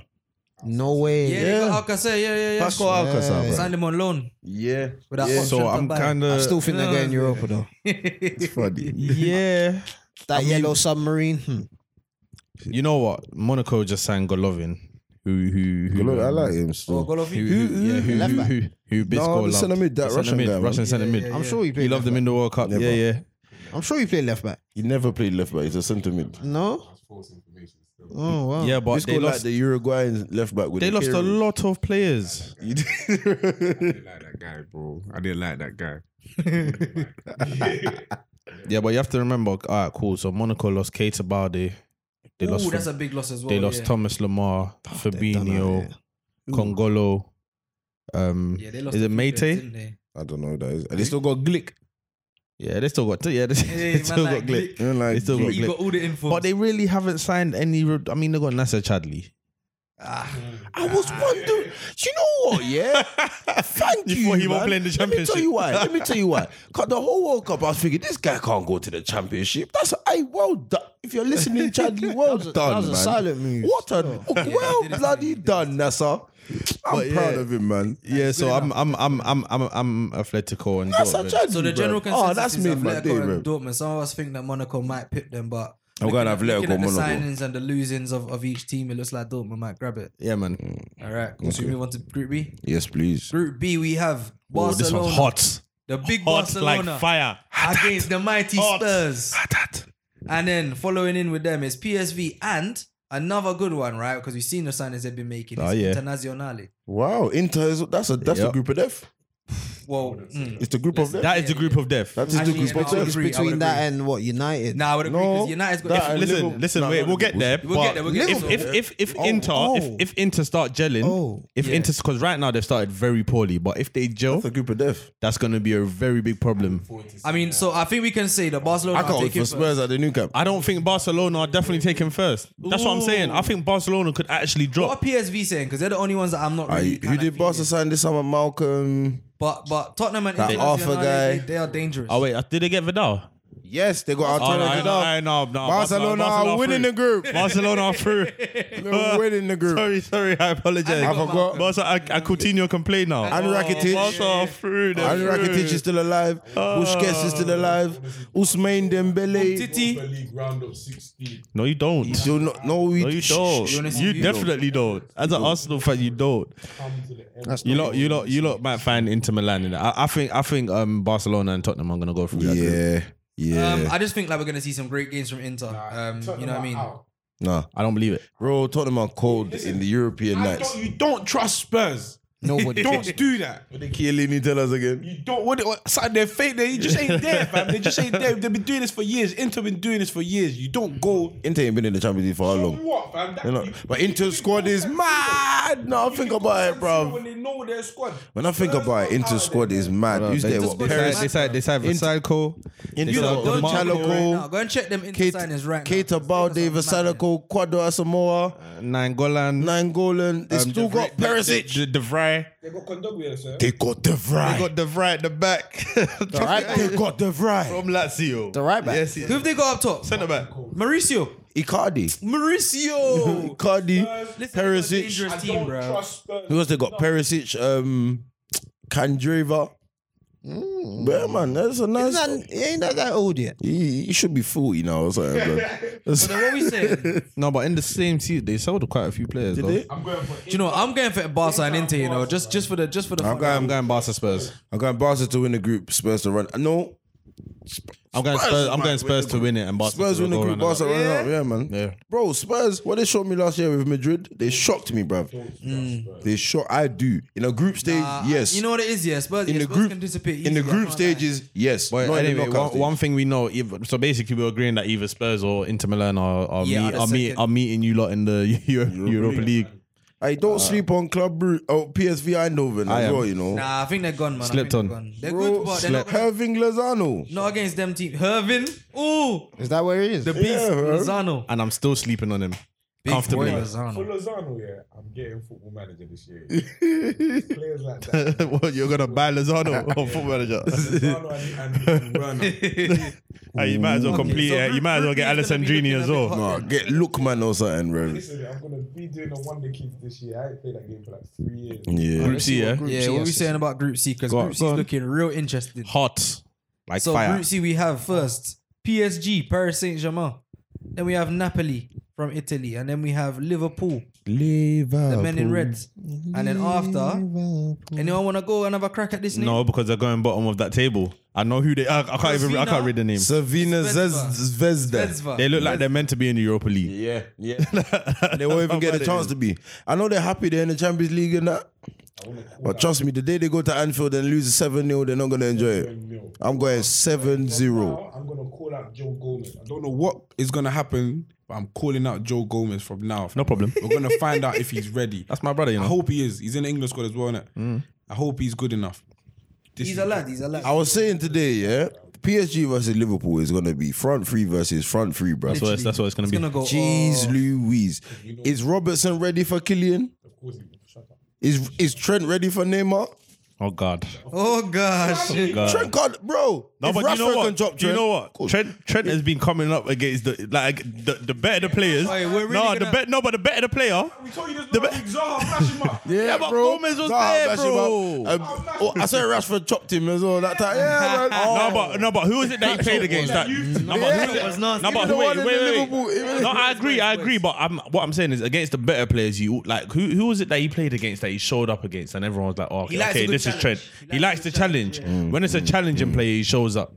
E: No way.
C: Yeah, they got Alcacer. Yeah, yeah, yeah.
B: Paco Alcacer. bruv.
C: Signed him on loan.
B: Yeah,
C: Without
B: yeah.
C: option
A: So
C: to
A: I'm
C: buy.
A: kind
E: I
A: of
E: still think they're going Europa though.
B: It's funny.
A: yeah.
E: That yellow submarine. Hmm.
A: You know what? Monaco just signed Golovin, who who who
B: Look, I
A: um,
B: like him still.
C: Oh, Golovin.
A: who,
B: Who-
A: who, yeah, who,
E: left
A: who,
E: back?
A: who, who Bisco
B: No, the
A: loved.
B: centre mid, that
A: centre
B: Russian
A: mid,
B: guy, man.
A: Russian centre mid.
E: I'm sure he
A: He
E: played.
A: loved
E: left
A: them in the World Cup.
B: Never.
A: Yeah, yeah.
E: back. I'm sure he played left back.
B: he never played left back. He's a centre mid.
E: No. Oh wow.
A: Yeah, but
B: This
A: they
B: guy like
A: lost.
B: the Uruguayan left back. With
A: They
B: the
A: lost a
B: Cairo.
A: lot of players.
F: I didn't like that guy, bro. I didn't like that guy.
A: Yeah, but you have to remember. All right, cool. So Monaco lost Keita Balde. They
C: Ooh,
A: lost.
C: that's a big loss as well.
A: they lost
C: yeah.
A: Thomas Lamar, Fabinho, Congolo. Um,
C: Yeah, they lost
A: is
C: a
A: it
C: few
A: Mate?
C: players, didn't they?
B: I don't know who that is. And they still got Glick.
A: yeah, they still got. Yeah, they,
C: Hey,
A: they
C: man,
A: still
C: like
A: got Glick.
B: You know, like
A: They still got
B: Glick.
C: You
A: Glick.
C: got all the info.
A: But they really haven't signed any. re- I mean, they got Nasser Chadley.
B: I was wondering. Do you know what? Yeah. Thank you.
A: thought he won't
B: man.
A: play in the
B: Let me tell you why. Let me tell you why. Cause the whole World Cup, I was thinking this guy can't go to the championship. That's I well done. If you're listening, Chadley, well
E: That was a-
B: done.
E: that was a
B: man. Oh.
E: silent move.
B: What a well
C: did it.
B: bloody done, Nasser. I'm
A: But
B: proud
A: yeah.
B: of him, man.
A: Yeah, so I'm I'm I'm I'm I'm I'm Atletico and
B: That's a
A: Dortmund.
B: Chadley,
C: So the general
B: bruv. Oh,
C: consensus
B: that's
C: is
B: made my
C: Atletico
B: day,
C: and
B: man.
C: Dortmund. Some of us think that Monaco might pick them, but
B: I'm going to have
C: looking
B: Lego
C: at the
B: Monaco.
C: signings and the losings of, of each team, it looks like Dortmund might grab it.
A: Yeah, man.
C: All right, cool. So we move on to Group B.
B: Yes, please.
C: Group B, we have
A: Oh, this
C: Barcelona,
A: one's hot,
C: the big
A: hot
C: Barcelona
A: like fire.
C: against the mighty Spurs, and then following in with them is PSV and another good one, right? Because we've seen the signings they've been making. It's
A: Ah, yeah.
C: Internazionale.
B: Wow, Inter is that's a that's a
A: Yep.
B: group of death.
C: Well, mm.
B: It's the group of death.
A: That is the group of death.
B: That is the
C: Actually,
B: group
C: yeah,
B: of
C: no, I
B: death.
E: It's
C: agree, I would
E: between that
C: agree.
E: and what United.
C: nah, I would agree
B: No,
C: because United's got.
B: that-
C: different-
A: Listen,
B: Liverpool-
A: listen,
B: No,
A: wait,
B: no,
A: we'll get there.
C: We'll get
A: But
C: there, we'll get
A: if,
C: there.
A: if if if Inter
E: oh.
A: if if Inter start gelling,
E: Oh.
A: if
C: Yeah.
A: Inter because right now they've started very poorly, but if they gel,
B: That's a group of death.
A: that's going to be a very big problem.
C: I mean, so I think we can say that Barcelona.
B: I
C: are
B: can't wait
C: taking
B: for Spurs at the new camp.
A: I don't think Barcelona are definitely taken first. That's what I'm saying. I think Barcelona could actually
C: What
A: drop.
C: are PSV saying? Because they're the only ones that I'm not.
B: I,
C: Really
B: who
C: kinda
B: did Barca
C: feeling.
B: sign this summer? Malcolm.
C: But but Tottenham and
B: That
C: Internazionale,
B: Arthur guy.
C: They, they are dangerous.
A: Oh wait, did they get Vidal?
B: Yes, they got
A: Oh, no,
B: Antonio
A: I-
B: Vidal.
A: I- no, no,
B: Barcelona are winning the
A: through.
B: group.
A: Barcelona are through.
B: They're winning the group.
A: Sorry, sorry, I apologize.
B: I forgot.
A: Barca, I, I continue to complain now. Oh,
B: And Rakitic.
A: Barca are through. they're
B: And Rakitic
A: through.
B: is still alive. Busquets is still alive. Usmain Dembele.
C: Titi,
F: League round of 16.
A: No, you don't.
B: Do not, no, we,
A: No, you don't.
B: Shh,
A: You,
C: wanna see- you
A: definitely don't. As an Arsenal fan, you don't. You lot, you lot, you lot might find Inter Milan. In it. I, I think, I think um, Barcelona and Tottenham are gonna go through.
B: shh.
A: that group.
B: Yeah, yeah.
C: um, I just think like we're gonna see some great games from Inter. Um, you know what I mean?
B: nah,
A: I don't believe it.
B: bro, Tottenham are cold in the European
F: I
B: nights.
F: don't, you don't trust Spurs.
E: Nobody.
F: Don't do that.
B: Chiellini, tell us again.
F: You don't want it. on- Saturday, fake. They just ain't there, fam. They just ain't there. They've been doing this for years. Inter been doing this for years. You don't go.
B: Inter ain't been in the Champions League for how long?
F: What, fam? That-
B: You know,
F: you-
B: but Inter's squad is mad. No,
F: you
B: think
F: can
B: about it,
F: go
B: bro.
F: When they know their squad.
B: When I think about it, Inter squad is mad. Who's there? What?
C: squad is
B: Perez,
C: mad.
A: They side, they side, Vassalco. They
B: Inter
A: side
B: got
C: Go and check them right now.
B: Chaloco,
C: Go and check them Inter signings right now.
B: Keita Balde, Vasalico, Quadro Asamoah,
A: Nangolan. Um,
B: Nangolan. They still got Perisic.
A: De, De Vrij.
F: They got Kondogbia, sir.
B: They got De Vrij.
A: They got De Vrij at the back.
B: right. They got De Vrij.
A: From Lazio. The right back. Yes, yes.
C: Who have they got up top?
A: centre back.
C: Mauricio.
B: Icardi.
C: Mauricio.
B: Icardi.
C: Listen, they're a
B: Perisic.
C: dangerous team, bro.
F: trust Spurs.
B: Who else they got? Perisic. Um, Kandreva.
A: Mm.
B: Yeah, man, that's a nice.
E: Isn't that, ain't that that old yet?
B: He, he should be forty now or something. bruv.
C: So what we saying? Do
A: No, but in the same team, they sold quite a few players.
B: Did
A: though.
B: they?
F: I'm going for
C: you know? I'm going for Barca and Inter. You know, just just for the just for the.
B: I'm
C: fun.
B: going.
A: I'm going Barca Spurs.
B: I'm going Barca to win the group. Spurs to run. No,
A: I'm going
B: Spurs,
A: Spurs. I'm
B: man,
A: going
B: win
A: Spurs
B: the
A: to win it, and Barcelona
B: Spurs win the
A: go round
B: group, Barca running up. Yeah, man.
A: Yeah.
B: Bro, Spurs, what they shot me last year with Madrid, they shocked me, bruv.
A: Mm.
B: They shot, I do. In a group stage,
C: Uh,
B: yes.
C: You know what it is, yes. But
B: in the group,
C: can disappear
B: in the
C: easily, I
B: group
C: can't lie.
B: stages, yes.
A: But
B: Not in the
A: anyway,
B: knockout
A: one,
B: stage.
A: one thing we know, if- so basically we're agreeing that either Spurs or Inter Milan are are,
C: Yeah,
A: meet,
C: the
A: are, meet,
C: second-
A: are meeting you lot in the Euro, Europa, League.
B: I don't sleep on Club Brugge, oh, PSV Eindhoven
A: I
B: as
A: am.
B: well, you know.
C: Nah, I think they're gone, man. I
A: Slept
C: think
A: on.
C: They're, gone. they're
B: Bro,
C: good, but they're not, gonna-
B: Irving Lozano.
C: not against them team. Hervin, ooh,
I: Is that where it is?
C: the beast,
B: Hervin.
C: Lozano,
B: Ah,
A: and I'm still sleeping on him
C: Big
A: comfortably.
C: boy
J: For
C: Lozano.
J: Lozano, yeah, I'm getting football manager this year. Players like that.
A: what, you're gonna buy Lozano or football manager?
J: Lozano and, and, and Werner.
G: you might as well complete
C: Okay,
G: it.
C: so
G: You might as well
C: Ruud
G: get
C: is gonna be
G: Alessandrini
C: looking
G: as
C: a bit
G: well.
C: hot.
B: Nah, get Lookman or something, bro.
J: Listen, I'm gonna be doing a wonder kids this year. I ain't played that game for like three years.
B: Yeah.
A: Group C, yeah,
C: Yeah, what are we saying about Group C? Because
A: Go on,
C: Group C
A: go
C: is
A: on.
C: looking real interesting.
A: hot like
C: So
A: fire.
C: Group C, we have first PSG, Paris Saint Germain. Then we have Napoli from Italy, and then we have Liverpool, the men in red. And then after, anyone want to go and have a crack at this name?
A: No, because they're going bottom of that table. I know who they. I, I can't even. I can't
C: Vina.
A: read the name.
B: Savina
C: Zvezda.
B: Zvezda.
C: Bezva.
A: They look like they're meant to be in the Europa League.
B: Yeah, yeah. they won't even get a chance to be. I know they're happy they're in the Champions League and that. But trust me, the day they go to Anfield and lose 7 0, they're not going to enjoy it. I'm going 7 0.
J: Now, I'm gonna call out Joe Gomez. I
F: I
J: don't
F: don't know what is gonna happen, but I'm calling out Joe Gomez from now.
A: No problem.
F: We're gonna find out if he's ready.
A: That's my brother. You
F: I
A: know.
F: hope he is. He's in the England squad as well, innit? I hope he's good enough. This
C: He's
F: is-
C: a lad. He's a lad.
B: I was saying today, yeah, PSG versus Liverpool is going to be front three versus front three, bro.
A: So that's, that's what it's gonna
C: It's
A: be.
C: gonna go.
B: Jeez
C: oh.
B: Louise. Is Robertson ready for Killian? Is is Trent ready for Neymar?
A: Oh God.
C: Oh gosh.
B: Trent God, bro.
G: Uh, No, but
B: if
G: you know
B: Rashford
G: what?
B: can drop Trent,
G: you know what?
B: cool.
G: Trent Trent has been coming up against the like the, the better the players.
C: Wait, we're really
G: no, the
C: gonna-
G: bet no, but the better the player.
J: told you this
G: The
J: the
G: be-
J: Zaha flash him up.
B: Yeah,
G: but
B: bro.
G: Gomez was
B: Nah,
G: there,
B: bash him
G: bro.
B: up. Um, oh, I said Rashford chopped him as well that time. Yeah, man.
G: No, but no, but who is it that he played against? That no, but who,
B: Yeah.
C: was nasty.
G: no, but
B: Even the
G: who, wait,
B: one in
G: wait, wait,
B: Liverpool, even-
G: wait. No, I agree, I agree. But I'm, what I'm saying is against the better players, you like who who was it that he played against that he showed up against, and everyone was like, oh, okay,
E: He likes
G: okay
E: a good
G: this is
E: challenge.
G: Trent. He likes the challenge. When it's a challenging player, he shows up.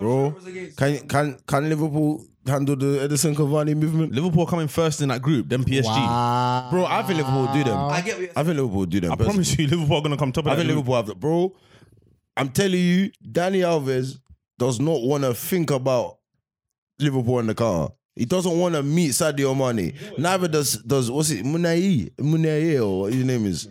B: Oh. bro. Can can can Liverpool handle the Edison Cavani movement?
A: Liverpool coming first in that group, then PSG.
B: Bro, I think Liverpool do them. I,
C: get what you're
B: think Liverpool do them.
G: I promise you, Liverpool are gonna come top of
B: I
G: that
B: think
G: group.
B: Liverpool have the bro. I'm telling you, Danny Alves does not want to think about Liverpool in the car. He doesn't want to meet Sadio Mane. Neither does does what's it Munai Munai or what his name is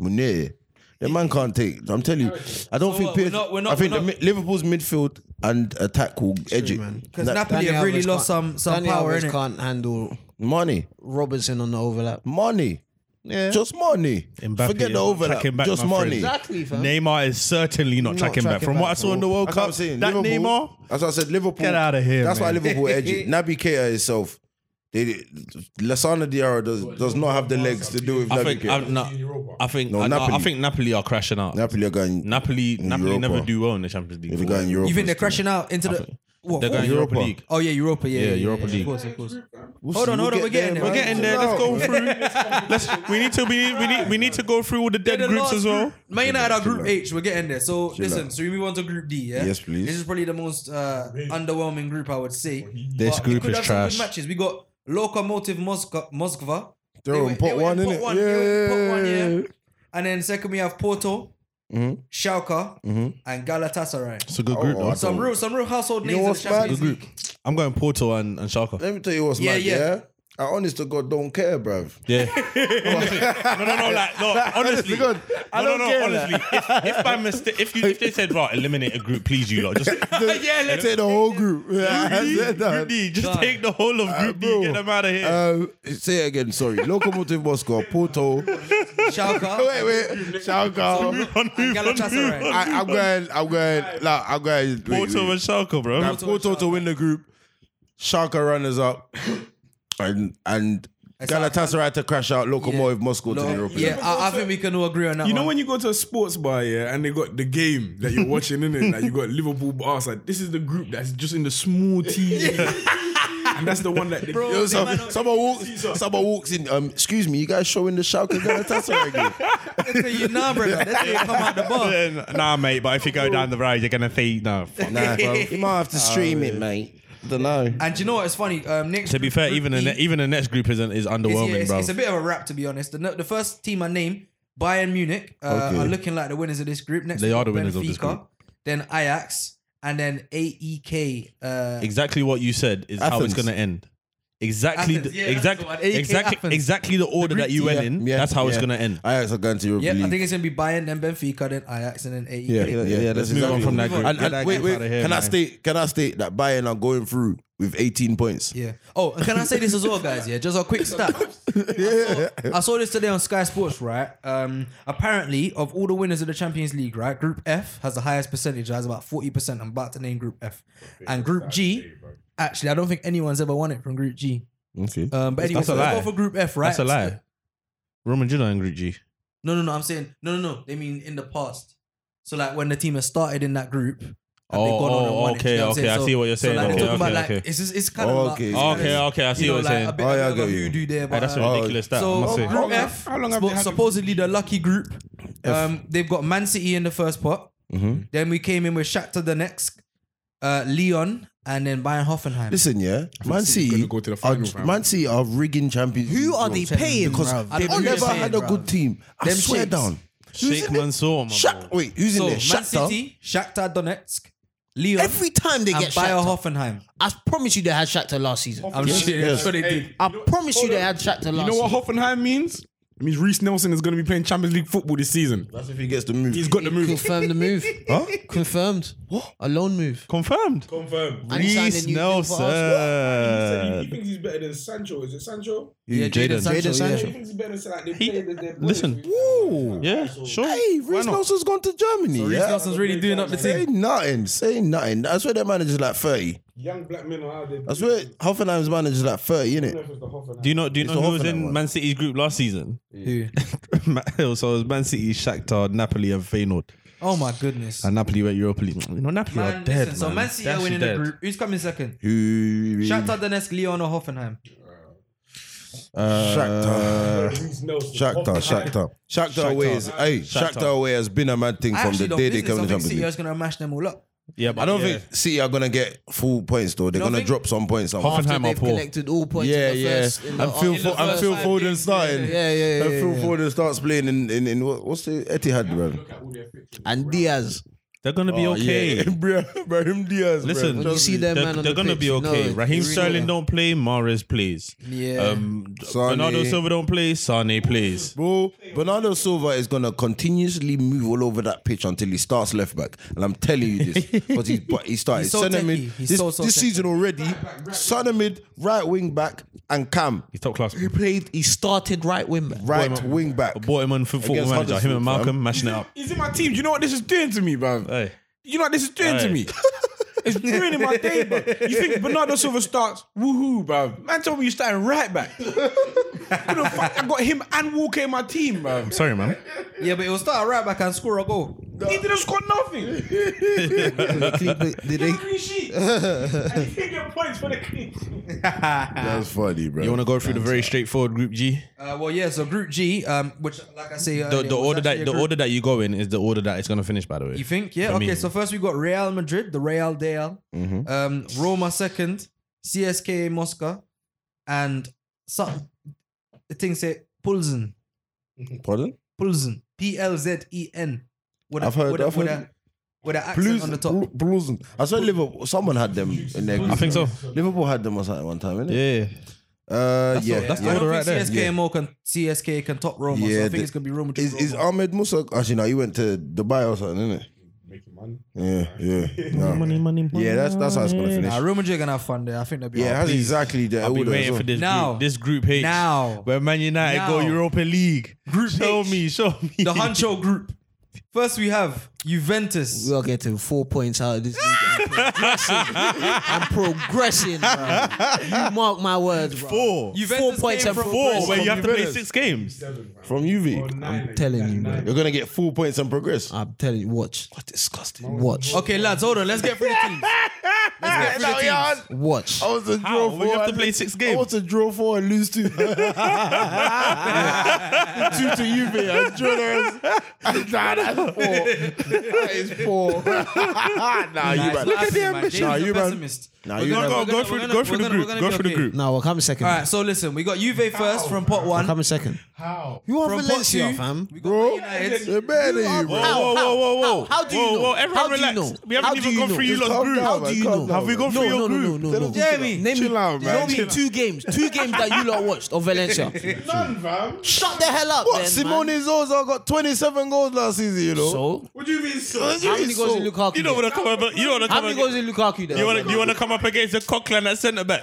B: Munai. The man can't take. I'm telling you, I don't
C: So
B: think.
C: what, we're
B: PSG
C: not- we're not-
B: I think
C: we're
B: the
C: not-
B: mid- Liverpool's midfield and attack will edge it.
C: Because
B: Na-
C: Napoli have really lost some some
E: Dani
C: power
E: Alves
C: in it.
E: can't handle
B: money,
E: Robertson on the overlap.
B: money,
E: Yeah.
B: just money.
G: Mbappe
B: Forget
G: is
B: the
G: not
B: overlap.
G: tracking back,
B: Just
G: my friend.
B: money.
E: Exactly, fam.
G: Neymar is certainly not, tracking, back.
E: tracking
G: From
E: back,
G: what I saw in the World
B: That's what
G: Cup,
B: I'm saying.
G: that
B: Liverpool,
G: Neymar,
B: That's what I said. Liverpool.
G: Get outta here,
B: That's why
G: man.
B: Liverpool edge it. Naby Keita itself. They, Lasana Diarra does does not have the legs to do with
A: I
B: Naby
A: think. I,
B: Keita.
A: no, I think.
B: No,
A: I, no, I
B: Napoli.
A: think Napoli are crashing out.
B: Napoli are going.
A: Napoli, Napoli
B: Europa.
A: never do well in the Champions League.
B: If you're going Europa,
C: You think they're crashing out into the what?
A: They're going
C: fourth?
A: Europa,
B: Europa.
A: League.
C: Oh yeah, Europa. Yeah,
A: Yeah,
C: yeah,
A: Europa
C: yeah,
A: League.
C: Of course, of course. Hold on, hold on. We're getting there.
B: man.
C: We're
G: getting there. Let's go through. Let's. We need to. We need. We need. We need to go through all the dead
C: the
G: groups
C: last
G: as well.
C: group. Man United are Group H. We're getting there. So listen.
B: out.
C: So we move on to Group D. Yeah.
B: Yes, please.
C: This is probably the most uh, underwhelming group I would say.
A: This
C: But it
A: group
C: could
A: is
C: have some good
A: trash.
C: Matches. We got Lokomotiv Moscow, Moskva.
B: They're
C: They
B: on
C: were-
B: pot
C: they were
B: one,
C: in
B: innit?
C: pot one. They were in pot one,
B: Yeah.
C: yeah. And then second we have Porto, Schalke, and Galatasaray.
A: It's a good group.
B: Oh,
A: though.
C: Some real, some real household
B: You know
C: names in the
B: what's mad?
C: Champions League.
A: I'm going Porto and and Schalke.
B: Let me tell you what's
C: Yeah,
B: mad.
C: yeah.
B: Yeah. I honest to God don't care, bruv.
A: Yeah.
G: No, no, no. Like, no. Honestly,
B: God, I
G: no, no,
B: don't
G: no.
B: care.
G: Honestly, if, if by mistake, if you if they said right, eliminate a group, please you lot, just yeah,
B: They take the whole group. Yeah, I
G: Group
B: said that.
G: D, just
C: Done. Uh,
G: take the whole of Group D,
B: bro.
G: get them out of here.
B: Um, say it again, sorry. Locomotive Moscow, Porto.
C: Schalke.
B: Wait, wait.
G: Move
B: Shalka.
G: on,
C: and
G: move on, move on.
C: Galatasaray.
B: I, I'm going. I'm going. Like, I'm going. wait,
G: Porto
B: wait.
G: and Schalke, bro.
B: Now, Porto to win the group, Schalke runners up, and and Galatasaray to crash out Lokomotiv Moscow to the
C: No,
B: Europa League.
C: yeah, I, I think we can all agree on that.
F: You know
C: one.
F: when you go to a sports bar, yeah, and they got the game that you're watching in it, like you got Liverpool Barca. This is the group that's just in the small TV. and that's the one that they,
C: Bro,
B: Yo,
C: they
B: some-
C: might not-
B: someone walks. Someone walks in. Um, excuse me, you guys showing the Schalke Galatasaray game?
C: That's a you nah, brother. That's how you come out the bar.
A: nah, mate. But if you go down the road, you're gonna think no. fuck.
B: Nah, bro. You might have to stream it, mate. Don't know.
C: And you know what? It's funny. Um, next
A: To be fair, even the
C: in
A: ne- even the next group isn't is
C: It's, yeah,
A: underwhelming,
C: it's,
A: bro.
C: it's a bit of a wrap, to be honest. The, the first team I named, Bayern Munich, uh,
B: Okay.
C: are looking like the winners of this group. Next,
A: They
C: we've
A: are
C: got
A: the winners of this
C: Benfica,
A: group.
C: Then Ajax, and then AEK. Uh,
A: Exactly what you said is how it's
B: Athens.
A: gonna end. Exactly,
C: Athens,
A: the,
C: yeah, that's
A: exactly,
C: the one. AK
A: exactly,
C: Athens.
A: exactly the order that you went in. that's how it's
B: yeah.
A: gonna end.
B: Ajax are going to Europa
C: yeah, I
B: League.
C: think it's gonna be Bayern, then Benfica, then Ajax, and then E AEK.
B: yeah, yeah, yeah, that's
A: move on
B: exactly
A: from
B: what-
A: that group.
B: And,
A: Get
B: and
A: that
B: wait,
A: group
B: wait,
A: outta here,
B: can I
A: man.
B: state? Can I state that Bayern are going through with 18 points?
C: Yeah. Oh, and can I say this as well, guys? Yeah, just a quick stat. I, saw, I saw this today on Sky Sports, right? Um, apparently, of all the winners of the Champions League, right, Group F has the highest percentage, has about 40%. I'm about to name Group F. And Group G, actually, I don't think anyone's ever won it from Group G.
B: Okay.
C: Um, but anyway,
A: That's a
C: so
A: lie.
C: let's go for Group F, right?
A: That's a
C: So-
A: lie. Roman Judah and Group G.
C: no, no, no. I'm saying, no, no, no. They mean in the past. So, like, when the team has started in that group, and they've
A: Oh,
C: gone on and
A: oh,
C: won it,
A: okay,
C: you know what I'm
A: okay,
C: saying?
A: I
C: So-
A: see what you're
C: so,
A: saying.
C: like, they're
A: Okay,
C: talking
A: okay,
C: about, like,
A: okay.
C: it's, just, it's kind of about-
B: Okay,
C: it's kind of-
A: Okay, okay, I see
C: you know,
A: what you're
C: like
A: saying.
C: a bit
B: Oh,
C: of
B: yeah, I
C: another
B: get you.
C: voodoo there,
A: Hey,
C: but,
A: that's
C: uh,
A: a
B: Oh,
A: ridiculous stat. I
C: so
A: must say.
C: Group
F: long have-
C: F,
F: how long have
C: spo-
F: they had-
C: supposedly the lucky group. Um, they've got Man City in the first pot. Then we came in with Shakhtar the next, uh, Leon, and then Bayern Hoffenheim.
B: Listen, yeah, Man City,
F: City's gonna go to the
B: are,
F: final, fam.
B: Man City are rigging champions.
E: Who are they paying,
B: Because
E: bruv?
C: I
B: they've
C: don't
B: never
C: understand,
B: had a
C: bruv.
B: good team. I
C: Them
B: swear
C: shakes.
B: down. Who's
A: Sheikh
B: in there?
A: Mansour, my
B: Shaq,
A: boaq
B: wait, who's in
C: so
B: there?
C: Man
B: Shakhtar?
C: City, Shakhtar Donetsk, Leon,
E: Every time they
C: and
E: get
C: Bayer
E: Shakhtar,
C: Hoffenheim.
E: I promise you they had Shakhtar last season.
C: I'm
F: Yes,
C: sure,
F: yes.
C: I'm sure they
F: Hey,
C: did.
E: I
F: know-
E: promise you
F: hold
E: they
F: on.
E: had Shakhtar
F: You
E: last
F: know what
E: season.
F: Hoffenheim means? It means Reese Nelson is going to be playing Champions League football this season.
B: That's if he gets the move.
F: He's got the move.
E: Confirmed the move. Confirmed. What? A loan move.
A: Confirmed.
F: Confirmed.
E: And he signed a
A: Reece
E: new deal for
A: Uh, Nelson.
F: he thinks he's better than Sancho. Is it Sancho?
C: Yeah, Jadon Sancho,
F: He
C: yeah.
F: thinks he's better than Sancho.
A: He- played as their boys. listen. Yeah, sure.
B: Hey,
A: Why
B: Reece
A: not?
B: Nelson's gone to Germany.
C: Reece
B: yeah?
C: Nelson's really doing up the team.
B: Say nothing. Say nothing. That's where their manager's like 30.
K: Young black men are out there.
B: That's where Hoffenheim's manager's like 30, innit?
K: It's the Hoffenheim.
A: Do you know? Do you
B: It's
A: know
B: a
A: who was
B: Hoffenheim
A: in
B: one.
A: Man City's group last season?
C: Who?
A: Ma- so it was Man City, Shakhtar, Napoli, and Feyenoord.
C: Oh my goodness.
A: And Napoli went Europa League. You know, Napoli
C: Man,
A: are dead.
C: listen, so
A: man.
C: Man City
A: They're
C: are winning
A: actually
C: the
A: dead.
C: group. Who's coming second?
B: Who-
C: Shakhtar Donetsk, Leon, or Hoffenheim?
B: Shakhtar.
K: Reece Nelson.
B: Shakhtar, Shakhtar. Shakhtar away is, hey, Shakhtar away has been a mad thing
C: I
B: from
C: actually
B: the
C: don't
B: day they
C: think
B: came
C: so.
B: to
C: I think
B: Champions
C: City
B: League.
C: is going to mash them all up.
A: Yeah, but
B: I don't
A: yeah.
B: think City are gonna get full points though. They're
C: don't
B: gonna
C: think-
B: drop some points. Somewhere.
A: Hoffenheim
E: After
A: are
E: they've
A: poor.
E: collected all points.
B: Yeah,
E: in the
B: yeah.
E: First, in the,
B: And Phil,
E: in the
B: Fo- and
E: first
B: Phil
E: five
B: Foden
E: games.
B: starting.
E: Yeah, yeah, yeah,
B: And Phil
E: yeah.
B: Foden starts playing in, in, in what- what's the Etihad, bro?
E: And Diaz.
A: they're gonna be okay.
B: bro, Brahim Diaz. bruv.
A: Listen,
E: Oh, When you see their man
A: they're,
E: on
A: they're
E: the
A: gonna
E: pitch,
A: be
E: you know
A: okay.
E: it.
A: Raheem
E: You really
A: Sterling
E: know.
A: don't play. Mares plays.
C: Yeah.
A: Um,
B: Sane.
A: Bernardo Silva don't play. Sane plays.
B: Bro, Bernardo Silva is gonna continuously move all over that pitch until he starts left back, and I'm telling you this because he's but he started
C: He's so
B: centre mid
C: techie. He's
B: this,
C: so, so
B: this
C: techie.
B: season already. Centre mid, right wing back, and Cam.
A: He's top class.
E: He played, he started right wing back.
B: Right wing back.
A: Bought him on F- Football
B: Against
A: Manager. Him
B: Huddersfield,
A: and Malcolm mashing it up.
F: He's in my team. Do you know what this is doing to me, bruv?
A: Hey.
F: You know what this is doing to
A: Aye.
F: me? It's ruining my day, bro. You think Bernardo Silva starts? Woohoo, bro. Man told me you're starting right back. Who the fuck? I got him and Walker in my team, bro.
A: Sorry, man.
C: Yeah, but he'll start right back and score a goal.
F: He didn't score nothing.
B: Did they?
K: Clean sheet. and he didn't get points for the clean sheet.
B: That's funny, bro.
A: You want to go through the very straightforward Group G?
C: Uh, well, yeah. So Group G, um, which, like I say,
A: The,
C: earlier,
A: the
C: was
A: order
C: actually
A: that
C: a
A: the
C: group-
A: order that you go in is the order that it's gonna finish. By the way,
C: You think? Yeah.
A: For me.
C: Okay. So first we got Real Madrid, the Real Deal,
B: Mm-hmm.
C: um, Roma second, CSKA Moscow, and some the thing say Pulzen,
B: Pardon?
C: Pulzen, P L Z E N. With a-
B: I've heard-
C: With a,
B: I've
C: with
B: heard-
C: a, with a accent
B: Blues,
C: on the top.
B: Blu- Bluesen. I saw Liverpool. Someone had them in their.
A: I
B: Group.
A: think so.
B: Liverpool had them or something one time, innit?
A: Yeah.
B: Uh, yeah.
C: So,
A: that's the
C: I don't
A: order
C: think
A: right there.
C: CSKMO can CSK can top Roma. so I
B: Yeah,
C: think
B: the-
C: it's gonna be Roma.
B: Is, is
C: Roma.
B: Ahmed Musa? Actually, no, he went to Dubai or something, innit?
K: Making money.
B: Yeah, yeah. Nah. Yeah, that's that's how it's gonna finish.
C: nah, Real Madrid gonna have fun there. I think they'll be.
B: Yeah, it
C: alright.
B: has exactly the
A: I've been
B: order as
A: waiting
B: well.
A: for this
C: Now.
A: group, this group H.
C: Now.
A: where Man United go
C: Now.
A: Europa League.
C: Group
A: show
C: H.
A: me, show me.
C: the Hancho Group. First we have Juventus.
E: We are getting four points out of this league. I'm progressing. I'm progressing, bro. You mark my words, bro.
A: four.
E: Four
C: Juventus
E: points
C: came
E: and
C: from
A: four, where you have to play
B: Juventus.
A: six games.
B: From UV.
E: I'm telling you, man.
B: You're gonna get full points and
A: Ah,
B: progress.
E: I'm telling you, watch. What disgusting. Watch.
C: Okay, lads, hold on. Let's get through the teams. Let's
B: right
C: get
B: now, yard.
E: Watch.
A: Oh.
B: I was to draw four.
A: We have to
B: and-
A: play six
B: I
A: games.
B: want to draw four and lose two. two to you, man. I draw the rest. Nah, that's four. That is four. nah, you
C: Nah,
B: man.
C: it's not happening, man. James
B: Nah,
C: is a
B: you man.
C: pessimist.
B: Nah, you
A: Go,
B: man.
C: gonna-
A: go through,
C: we're
A: go
C: gonna-
A: through
C: we're
A: the group.
C: gonna
A: Go
C: be
A: through the
C: okay.
A: group.
E: No, we're coming second.
C: All right, so listen, we got Juve first from pot
E: We're
C: one.
E: coming second.
J: How?
E: You want
C: From pot
E: Valencia,
C: two,
E: fam?
C: we got Man
B: Bro,
C: United.
B: the man in you, bro.
E: How?
A: Whoa, whoa, whoa, whoa.
E: How- how do you
A: whoa,
E: know?
A: Whoa, everyone
E: How do you
A: relax.
E: know?
A: We haven't
E: How do
A: even
E: you
A: gone
E: know?
A: through you
E: Just
A: lot's
B: calm
A: group.
B: down,
A: How-
E: How do
B: man,
E: you
B: calm
E: know?
B: down,
A: Have we
B: man.
A: gone
E: No,
A: through
E: no,
A: your
E: no, no,
A: group?
E: no, no.
C: Jamie.
E: Name
B: Chill
E: me,
B: out,
E: Name
B: man.
E: me
B: Chill
E: two games, two games that you lot watched of Valencia.
J: None, fam.
E: Shut the hell up,
B: What?
E: then,
B: Simone
E: man.
B: Zoza got 27 goals last season, you know?
E: So
J: What do you mean, so?
E: how many goals did Lukaku?
A: You don't
E: get?
A: want to come up. You don't want to
E: How
A: come
E: many
A: up.
E: goals did Lukaku? Then?
A: You want to. You want to come up against a Cochran at centre back.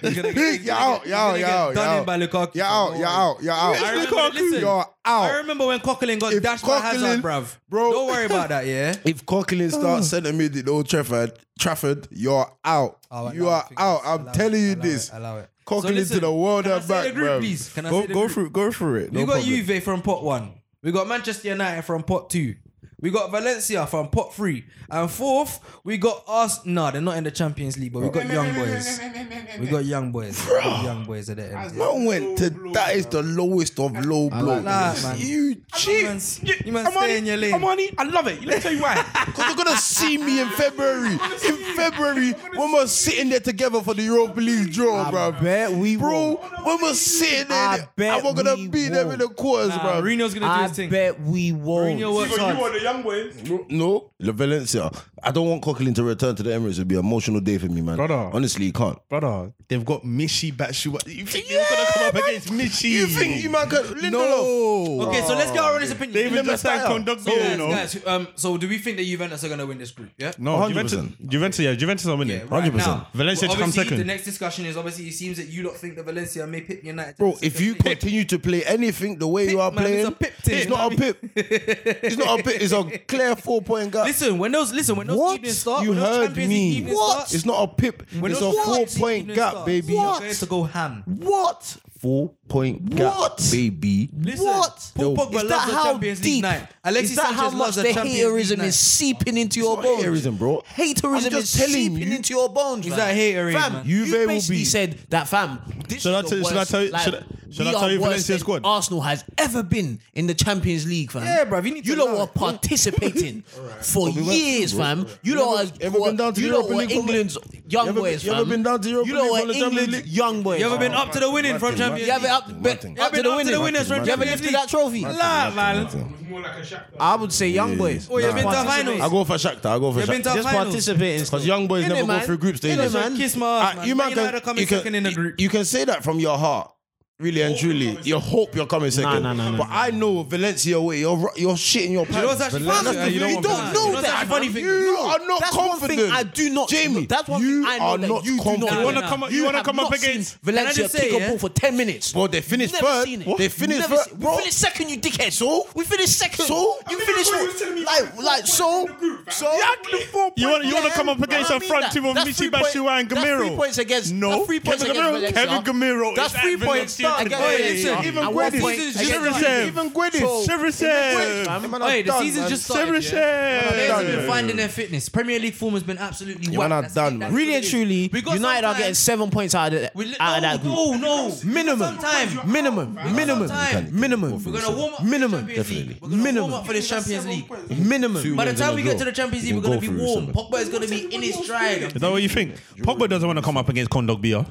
B: Big, you're out, you're out,
C: You're
B: you're
C: gonna
B: out,
C: get done in by
B: you're
C: Lukaku.
B: out. You're out, you're out, you're out.
C: I remember- listen,
B: You're
C: I
B: out.
C: remember when Coquelin got
B: If
C: dashed by Hazard,
B: Coquelin-
C: bruv.
B: Bro.
C: Don't worry about that, yeah?
B: If Coquelin starts centre mid at Old Trafford, Trafford, you're out.
C: Oh,
B: you
C: allow
B: are
C: it,
B: out.
C: allow
B: I'm
C: it,
B: telling you
C: allow
B: this.
C: It, allow it.
B: Coquelin to
C: listen,
B: the world
C: can I
B: and
C: say
B: back,
C: the group,
B: bruv.
C: please? Can I
B: Go,
C: say the
B: go
C: group?
B: through, go through it. No
C: we got
B: problem.
C: Juve from pot one. We got Manchester United from pot two. We got Valencia from pot three. And fourth, we got us. No, they're not in the Champions League, but we got young boys. We got young boys. We got young boys at the end. yeah.
B: Man went to that is the lowest of low blow.
C: Nah, man.
B: You
C: You
B: cheat.
C: must you must stay in your lane.
F: Armani, I love it. Let me tell you why.
B: Because you're gonna see me in February. In February, when we're sitting there together for the Europa League draw, bro.
E: bet we
B: Bro,
E: won't.
B: when we're sitting
E: I
B: there,
E: bet
B: and we're gonna
E: we
B: beat them in the
E: won't.
B: quarters,
C: Nah,
B: bro.
C: Mourinho's gonna do
E: I
C: his thing.
E: bet we won't.
C: Mourinho works
J: You
C: hard.
J: are the young boys.
B: No, the Valencia. I don't want Coquelin to return to the Emirates. It'd be an emotional day for me, man.
A: Brother.
B: Honestly, you can't.
A: brother, they've got Michi Batshuayi. You think you're gonna come up against Michi?
B: You think you man could Lindelof?
C: Okay, so let's get our honest opinion.
A: David just signed
B: Mestalla.
A: conduct
C: so, guys,
A: you know?
C: guys, um, so do we think that Juventus are gonna win this group? Yeah.
A: No,
B: 100%.
A: Oh, Juventus, Juventus, yeah, Juventus are winning.
C: Yeah, right now.
A: Valencia
C: Well,
A: come
C: obviously, The
A: second.
C: next discussion is obviously it seems that you lot think that Valencia may pip United.
B: Bro, if you
C: Pip,
B: continue to play anything the way you are
C: man,
B: playing,
C: it's a pip team.
B: it's not a pip. it's not a pip. It's a clear four point gap.
C: Listen, when those listen when those
B: What?
C: evenings start,
B: You
C: when those
B: heard
C: Champions League
B: me.
C: evenings
B: What? It's
C: Start,
B: not a pip.
C: when
B: it's a
C: those
B: four
C: Champions League
B: point
C: evenings
B: gap,
C: start,
B: baby.
C: you're going to go ham.
B: What? Four point gap,
E: What?
B: baby.
C: Listen,
E: What?
C: Paul
B: Yo,
C: Pogba
E: Is
C: loves
E: that
C: the
E: how
C: Champions League
E: deep?
C: night. Alexis
E: is that
C: Sanchez
E: how much
C: loves
E: the
C: the Champions League
E: haterism
C: night.
E: is seeping into your
B: not
E: bones?
B: haterism, bro. I'm
E: Haterism
B: just
E: is
B: telling
E: seeping
B: you.
E: into your bones.
C: Is
E: man.
C: that hatery,
E: Fam,
C: man?
E: you
B: Juve will
E: basically
B: be-
E: said that, fam. This
A: Should I
E: is the
A: tell- should I
E: worst,
A: tell you-
E: like,
A: should I- should
E: we
A: I tell
E: are
A: you
E: worse
A: Valencia
E: than
A: squad?
E: Arsenal has ever been in the Champions League, fam.
C: Yeah, bruv, you need to
E: lot
C: allow
E: were
C: it.
E: participating for years, fam. You lot has-
B: ever been down to
E: you
B: the
E: lot
B: Europa
E: were
B: League from-
E: England's young
B: ever-
E: boys,
B: you ever
E: fam.
B: been down to the Europa
E: You lot
B: League
E: were
B: from the Champions
E: England's young boys.
C: You ever been
E: fam.
C: up to the winning from Champions
E: You ever
C: League?
E: up,
B: Martin.
E: up to the
C: up to the winners
E: winners?
C: from
E: You ever
C: Champions
E: lifted
C: League?
E: that trophy?
C: Nah, man.
J: More like a Shakhtar.
E: I would say young boys.
C: Oh, you've been to
E: Nah.
C: finals.
B: I go for Shakhtar. I go for
C: You've been
B: Shakhtar.
C: to
E: Just
C: finals.
E: participating.
B: Because young boys
E: Innit,
B: never
E: man?
B: go through group stages.
E: Innit, man?
C: Kiss my ass,
B: Ah,
C: man.
B: you
C: Man
B: man can,
C: United are coming
B: you, can,
C: second in the
B: you-
C: group.
B: you can say that from your heart, really and truly. You hope you're coming second.
E: nah, nah,
B: but I know Valencia way. You're ru- you're shitting your pants.
C: know what's actually
B: That's
C: funny?
B: the
C: Yeah, you
B: thing.
C: don't want Valencia. You know what's actually funny thing?
B: You are not
E: That's one
B: confident.
E: thing I do not-
B: Jamie.
E: that's one
B: you
E: thing I know
B: are
E: that
B: not
E: you do not
B: confident.
E: know.
A: You wanna
E: Nah,
A: come?
E: nah.
A: You wanna
E: have
A: come up
E: not seen
A: against?
E: Valencia
C: just say,
E: kick a
C: yeah?
E: ball for 10 minutes.
B: Bro, they finished
E: Never
B: first.
E: seen it.
B: They
E: We've
B: finished
E: never
B: first.
E: seen-
B: Bro,
E: We finished second, you dickhead.
B: So?
E: We finished second.
B: So?
E: You
B: I mean,
E: finished
B: that's what you was telling me,
E: like,
B: four
E: like,
B: points
E: so?
B: in the group, man.
E: So?
B: Exactly, four
A: You want, you want to come up
E: Yeah,
A: against
E: bro,
A: a
E: I mean
A: front
E: that.
A: two of
E: That's three
A: Michi
E: point-
A: Batshuayi and
E: That's
A: Gamero?
E: three points against.
A: No.
E: that's three points
A: Kevin
E: against
A: Gamero-
E: Valencia.
A: Kevin Gamero
E: That's
A: is
E: three
A: at
E: points
A: Valencia
E: against
A: today.
E: Valencia.
B: Even
E: And one
B: Guedes-
E: point
C: Even
E: against
C: Guedes-
E: Valencia.
B: Even Guedes.
E: So-
A: Seversem.
C: Hey, the season's just started. yeah? Players have
B: Yeah,
C: been
B: yeah,
C: finding their fitness. Premier League form has been absolutely
B: man,
C: whack.
B: I'm
C: That's
B: done,
C: it.
B: man.
C: That's
E: Really
C: what
E: and
C: it is.
E: truly,
C: Because
E: United are getting
C: sometimes-
E: seven points out of,
C: We li-
E: that, out of
C: no,
E: that group.
C: No, no.
E: Minimum.
C: Sometime.
E: Minimum. Minimum.
C: Sometime.
E: Minimum.
C: We're gonna warm up.
E: Minimum.
C: For the Champions League. We're gonna
E: Minimum.
C: warm up for the Champions League.
E: Minimum.
C: By the time we get to the Champions League, we're gonna
B: go
C: be
B: through
C: warm.
B: something.
C: Pogba is gonna be in his stride.
A: Is that what you think? Pogba doesn't want to come up against Kondogbia.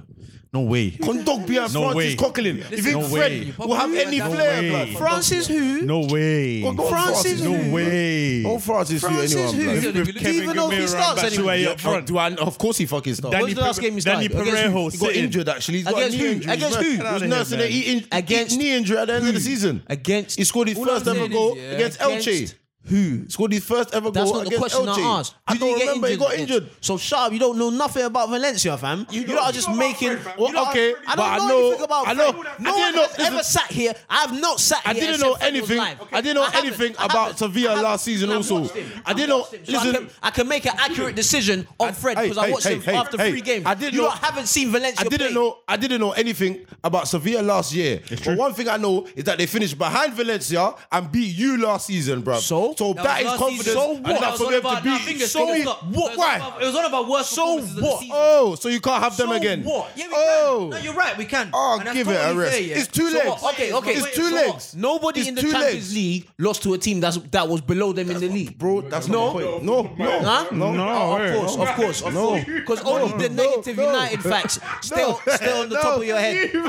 A: No way.
B: Conduct behind
A: No
B: Francis
A: way.
B: Coquelin. You think
A: No way.
B: Fred will have any
C: No
B: flair,
A: way.
B: blood?
E: Francis who?
A: No way.
B: Go- go on
E: Francis
A: No
E: who?
A: way.
B: Go on Francis to
E: Francis
B: anyone,
E: who?
B: blood.
C: He's gonna be
E: Do you even know if he starts anymore?
A: Batshuayi up front.
B: Oh, Do I, of course he fucking starts.
E: When's the last game he started?
A: Danny
E: Against
A: Perejo
B: He got
A: sitting.
B: injured actually. He's got
E: Against
B: a knee
E: who?
B: injury.
E: Against
B: man.
E: who?
B: He was
A: Get
B: nursing
A: out
B: a
A: of here,
B: knee, in-
E: Against
B: knee injury at the end of the
E: who?
B: season.
E: Against
B: He scored his
E: All I'm
B: first ever
E: saying
B: goal
E: is, yeah,
B: against
E: against
B: Elche. Who scored his first ever
E: That's
B: goal
E: not the
B: against
E: question
B: LJ?
E: I asked.
B: I
E: Did
B: don't
E: he get
B: remember.
E: injured?
B: He got injured.
E: So sharp, you don't know nothing about Valencia, fam. You, lot are just making.
B: Well,
E: you lot are-
B: okay,
E: I don't
B: but I
E: know,
B: know-
E: anything about.
B: I know-
E: Fred.
B: I
E: No
B: didn't
E: one
B: know-
E: has ever
B: listen.
E: sat here. I've not sat.
B: I
E: here
B: didn't
E: and
B: know
E: said Fred was
B: anything.
E: live.
B: I didn't know
E: haven't.
B: anything
E: I
B: about
E: haven't.
B: Sevilla
E: I haven't.
B: last season
E: And I've
B: also.
E: watched him.
B: I didn't
E: I've
B: know-
E: watched him. So I
B: listen-
E: can- I can make an accurate decision on Fred because
B: hey,
E: I watched
B: hey,
E: him
B: hey,
E: after
B: hey.
E: three games.
B: I didn't
E: You
B: know-
E: lot haven't seen Valencia.
B: I didn't
E: play.
B: know. I didn't know anything about Sevilla last year. But one thing I know is that they finished behind Valencia and beat you last season, bruv.
E: So?
B: so
C: That
B: that
C: was
B: is
C: last
B: confidence
C: season. So
E: what? That
B: enough
E: was
B: for
E: all
B: them to
E: about- now,
B: beat.
E: fingers,
B: So
E: fingers up.
B: what?
C: It
B: Why?
C: was not about worst
E: So
C: performances of the
E: what?
C: season.
B: Oh, so you can't have them
C: So
B: again?
C: What? Yeah, we
B: oh.
C: can. No, you're right. We can.
B: Oh,
C: And that's
B: give it a
C: totally
B: rest.
C: fair, yeah.
B: It's two
E: So
B: legs.
E: what? Okay, okay.
B: It's two
E: So what?
B: legs.
E: Nobody
B: It's
E: in the
B: two
E: Champions
B: legs.
E: League lost to a team that's that was below them in the league.
B: Bro, that's no, not my point. No, no,
E: Huh?
B: no,
E: Oh, of course, of course, of course. Because only the negative
B: no.
E: United facts still
B: No.
E: still on the
B: No.
E: top of your head.
B: Who-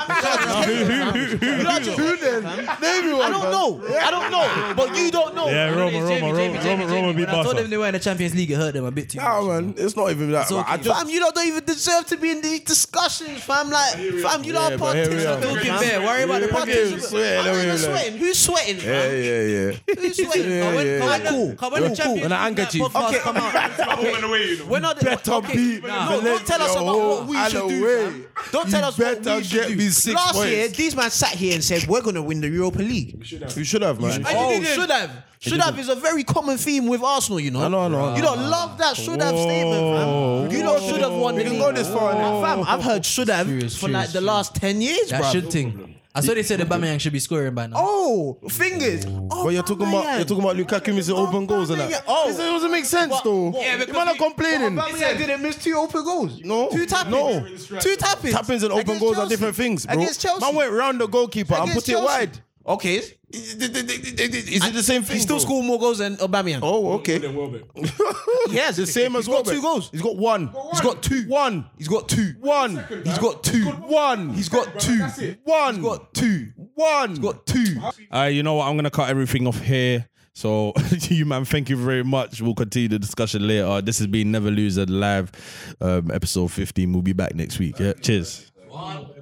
B: Who then? Name me
E: I
B: one,
E: don't
B: man.
E: know. I don't know. But you don't know.
I: Yeah, Roma, Roma, Roma, Roma, Roma beat
C: When I told them
I: Barca.
C: they were in the Champions League, it hurt them a bit too.
B: Nah,
C: much.
B: man, it's not even that. man. I
C: okay.
B: just
E: Fam, you lot don't even deserve to be in these discussions, fam. Like, fam, you lot are
B: but here we
E: participants.
B: are.
E: fam.
C: Talking bare. Worry about the
B: Yeah,
E: Participants.
C: parties.
B: swear,
E: I'm not
B: no,
E: even
B: we were like-
E: sweating. Who's sweating,
B: Yeah,
E: fam?
B: yeah, yeah.
E: Who's sweating?
B: Yeah, yeah,
E: Cool,
B: yeah.
E: cool,
C: Come
E: cool,
C: on, Champions
E: cool.
C: League, that podcast
E: Okay.
C: Come out.
E: We're not
B: Better
E: okay.
B: beat
E: No, don't tell us
B: Valencia
E: about what we
B: all
E: should
B: the
E: do.
B: way.
E: fam. Don't
B: You
E: tell us what
B: better
E: we should
B: get
E: do.
B: me six
E: Last
B: points.
E: year, these man sat here and said we're gonna win the Europa League.
B: You should have, man.
E: Oh, should have. Should have is a very common theme with Arsenal, you know.
B: I know, I know, I know.
E: You don't love that should have statement, fam. You don't should have won the
B: We can
E: league.
B: go this far
E: Now,
B: now.
E: fam, I've heard should have
C: Serious,
E: for like
C: serious,
E: the last 10 years,
C: That
E: bro.
C: should thing. I saw they said Aubameyang should be scoring by now.
E: Oh, fingers. Oh,
B: But you're talking about you're talking about Lukaku missing open goals and that.
E: Oh.
B: It doesn't make sense
E: What-
B: though.
E: what-
B: you man are complaining.
E: didn't miss two open goals.
B: No,
E: Two tappings.
B: no.
E: Two tappings.
B: Tappings and open
E: Against
B: goals are
E: Chelsea.
B: different things, bro.
E: Against Chelsea.
B: Man went round the goalkeeper and
E: Against
B: put it
E: Chelsea.
B: wide.
E: Okay.
B: Is it the same thing?
E: He still
B: bro?
E: scored more goals than Aubameyang.
B: Oh, okay.
E: yes.
B: The same as
E: He's got
B: Robert.
E: two goals.
B: He's got one. He's got two. One. He's got two. One. He's got two. One. He's got two. One. He's got two. One. He's got two.
G: Uh, you know what? I'm gonna cut everything off here. So, you man, thank you very much. We'll continue the discussion later. This has been Never Lose a Live, um, episode 15. We'll be back next week. Yeah, cheers.
E: One.